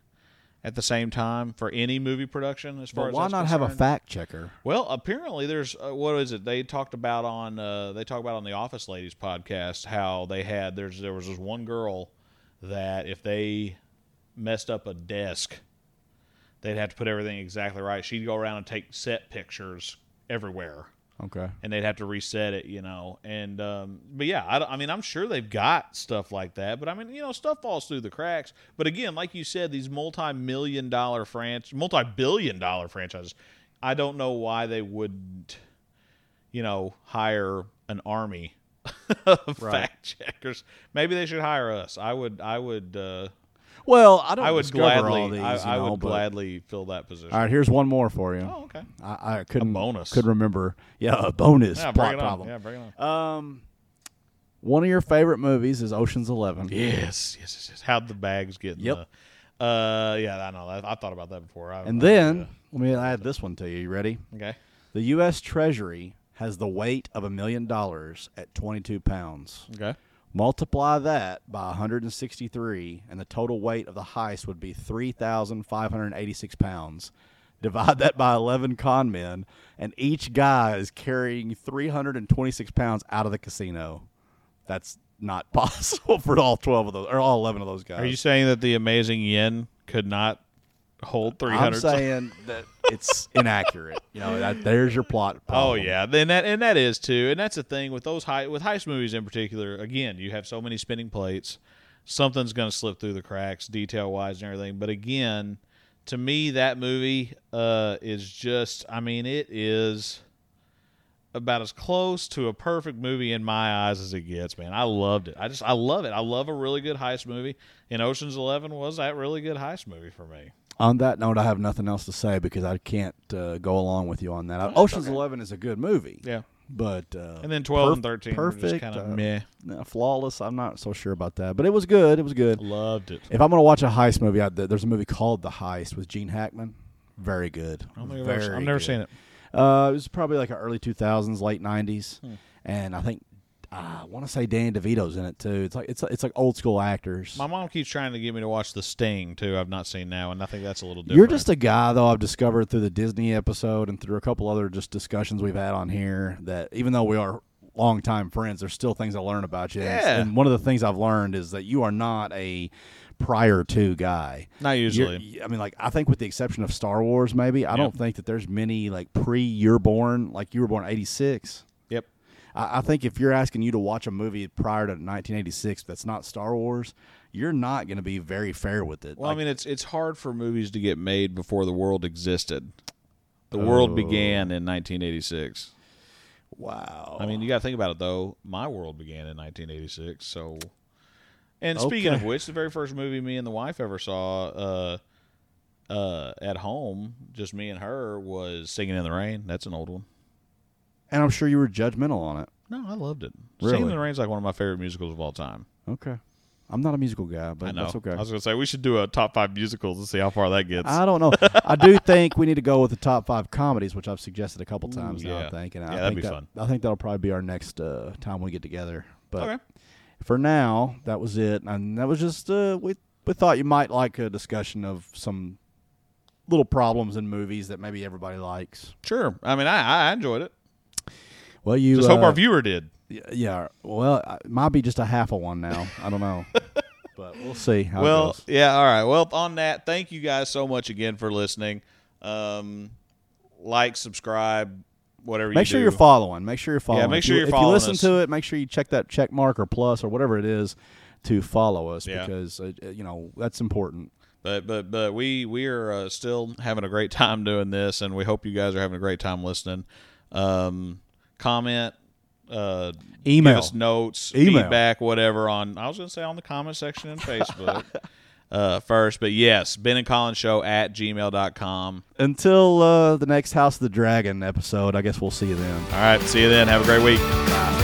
A: at the same time for any movie production. As far
C: But
A: as
C: why
A: that's
C: not have a
A: concerned.
C: fact checker?
A: Well, apparently there's uh, what is it? They talked about on uh, they talked about on the Office Ladies podcast how they had there's there was this one girl that if they messed up a desk, they'd have to put everything exactly right. She'd go around and take set pictures everywhere,
B: Okay.
A: and they'd have to reset it, you know. And um, but yeah, I, don't- I mean I'm sure they've got stuff like that, but I mean you know stuff falls through the cracks. But again, like you said, these multi-million dollar franch, multi-billion dollar franchises, I don't know why they wouldn't, you know, hire an army of fact checkers. Maybe they should hire us. I would. I would. Uh,
C: Well, I don't.
A: I would
C: discover
A: gladly.
C: All these,
A: I,
C: you
A: I
C: know,
A: would
C: but-
A: gladly fill that position.
B: All right. Here's one more for you.
A: Oh, okay.
C: I, I couldn't.
A: bonus.
C: Could remember. Yeah, a bonus
A: Yeah, bring
C: plot
A: it on.
C: problem.
A: Yeah, bring it on.
B: Um, one of your favorite movies is Ocean's Eleven.
A: Yes, yes, yes, yes. How'd the bags get? in
C: Yep.
A: the- uh, yeah, I know. I, I thought about that before. I,
B: And
A: I-
B: then let me add this one to you. You ready?
A: okay,
B: The
C: U.S. Treasury has the weight of a million dollars at 22 pounds.
A: okay,
C: Multiply that by 163, and the total weight of the heist would be 3,586 pounds. Divide that by 11 con men, and each guy is carrying 326 pounds out of the casino. That's not (laughs) possible for all 12 of those, or all 11 of those guys.
A: are you saying that the amazing yen could not hold three
C: I'm
A: hundred?
C: saying that it's inaccurate. You know, that, there's your plot.
A: Oh
C: problem.
A: yeah, then that and that is too, and that's the thing with those high with heist movies in particular. Again, you have so many spinning plates, something's going to slip through the cracks, detail wise and everything. But again, to me, that movie uh, is just. I mean, it is about as close to a perfect movie in my eyes as it gets. Man, I loved it. I just I love it. I love a really good heist movie. And Ocean's Eleven was that really good heist movie for me.
C: On that note, I have nothing else to say because I can't uh, go along with you on that. Ocean's Eleven is a good movie,
A: Yeah.
C: but uh,
A: And then twelve and
C: perf-
A: thirteen were just
C: perfect,
A: kind of
C: uh,
A: meh.
C: no, flawless. I'm not so sure about that, but it was good. It was good.
A: Loved it.
C: If I'm gonna watch a heist movie, I, there's a movie called The Heist with Gene Hackman. Very good.
A: I don't think I've
C: Very
A: ever- I've never
C: good.
A: seen it.
C: Uh, it was probably like a early 2000s, late 90s,
A: Hmm.
C: and I think uh, I want to say Dan DeVito's in it too. It's like it's it's like old school actors.
A: My mom keeps trying to get me to watch The Sting too. I've not seen now, and I think that's a little different.
C: You're just a guy, though, I've discovered through the Disney episode and through a couple other just discussions we've had on here that even though we are longtime friends, there's still things I learn about you. And it's-
A: Yeah.
C: And one of the things I've learned is that you are not a prior to guy.
A: not
C: You're-
A: usually.
C: I mean, like, I think with the exception of Star Wars, maybe, I don't think that there's many, like, pre you're born, like, you were born 86.
A: Yep.
C: I, I think if you're asking you to watch a movie prior to 1986 that's not Star Wars, you're not going to be very fair with it.
A: Well,
C: Like,
A: I mean, it's it's hard for movies to get made before the world existed. The
C: Oh.
A: world began in 1986.
C: wow.
A: I mean, you got to think about it though. My world began in 1986. So, and speaking of which, the very first movie me and the wife ever saw uh, uh, at home, just me and her, was Singing in the Rain. That's an old one.
C: And I'm sure you were judgmental on it.
A: No, I loved it. Singing
C: Really?
A: in the Rain's like one of my favorite musicals of all time.
C: Okay. I'm not a musical guy, but
A: I know.
C: that's okay.
A: I was gonna say we should do a top five musicals and see how far that gets.
C: I
A: (laughs)
C: don't know. I do think we need to go with the top five comedies, which I've suggested a couple times now,
A: yeah.
C: I think. And I
A: Yeah,
C: think
A: that'd be
C: that,
A: fun.
C: I think that'll probably be our next uh, time we get together. But
A: okay.
C: for now, that was it. And that was just, uh, we, we thought you might like a discussion of some little problems in movies that maybe everybody likes.
A: Sure. I mean, I, I enjoyed it.
C: Well, you.
A: Just hope
C: uh,
A: our viewer did.
C: y- Yeah. Well, I- it might be just a half a one now. I
A: (laughs)
C: don't know. but we'll see how it
A: Well,
C: goes.
A: yeah. All right. Well, on that, thank you guys so much again for listening. Um, like, subscribe, whatever.
C: Make
A: you
C: sure
A: do.
C: you're following. Make sure you're following.
A: make
C: If
A: sure
C: you-
A: you're
C: If
A: following
C: you listen
A: us.
C: to it, make sure you check that check mark or plus or whatever it is to follow us
A: Yeah.
C: because uh, uh, you know that's important.
A: But but but we we are uh, still having a great time doing this, and we hope you guys are having a great time listening. Um, comment, uh,
C: Email.
A: give us notes,
C: Email.
A: feedback, whatever. On I was going to say on the comment section in Facebook (laughs) uh, first, but yes, Ben and Colin Show at gmail.com.
C: Until uh, the next House of the Dragon episode, I guess we'll see you then.
A: All right, see you then. Have a great week.
C: Bye.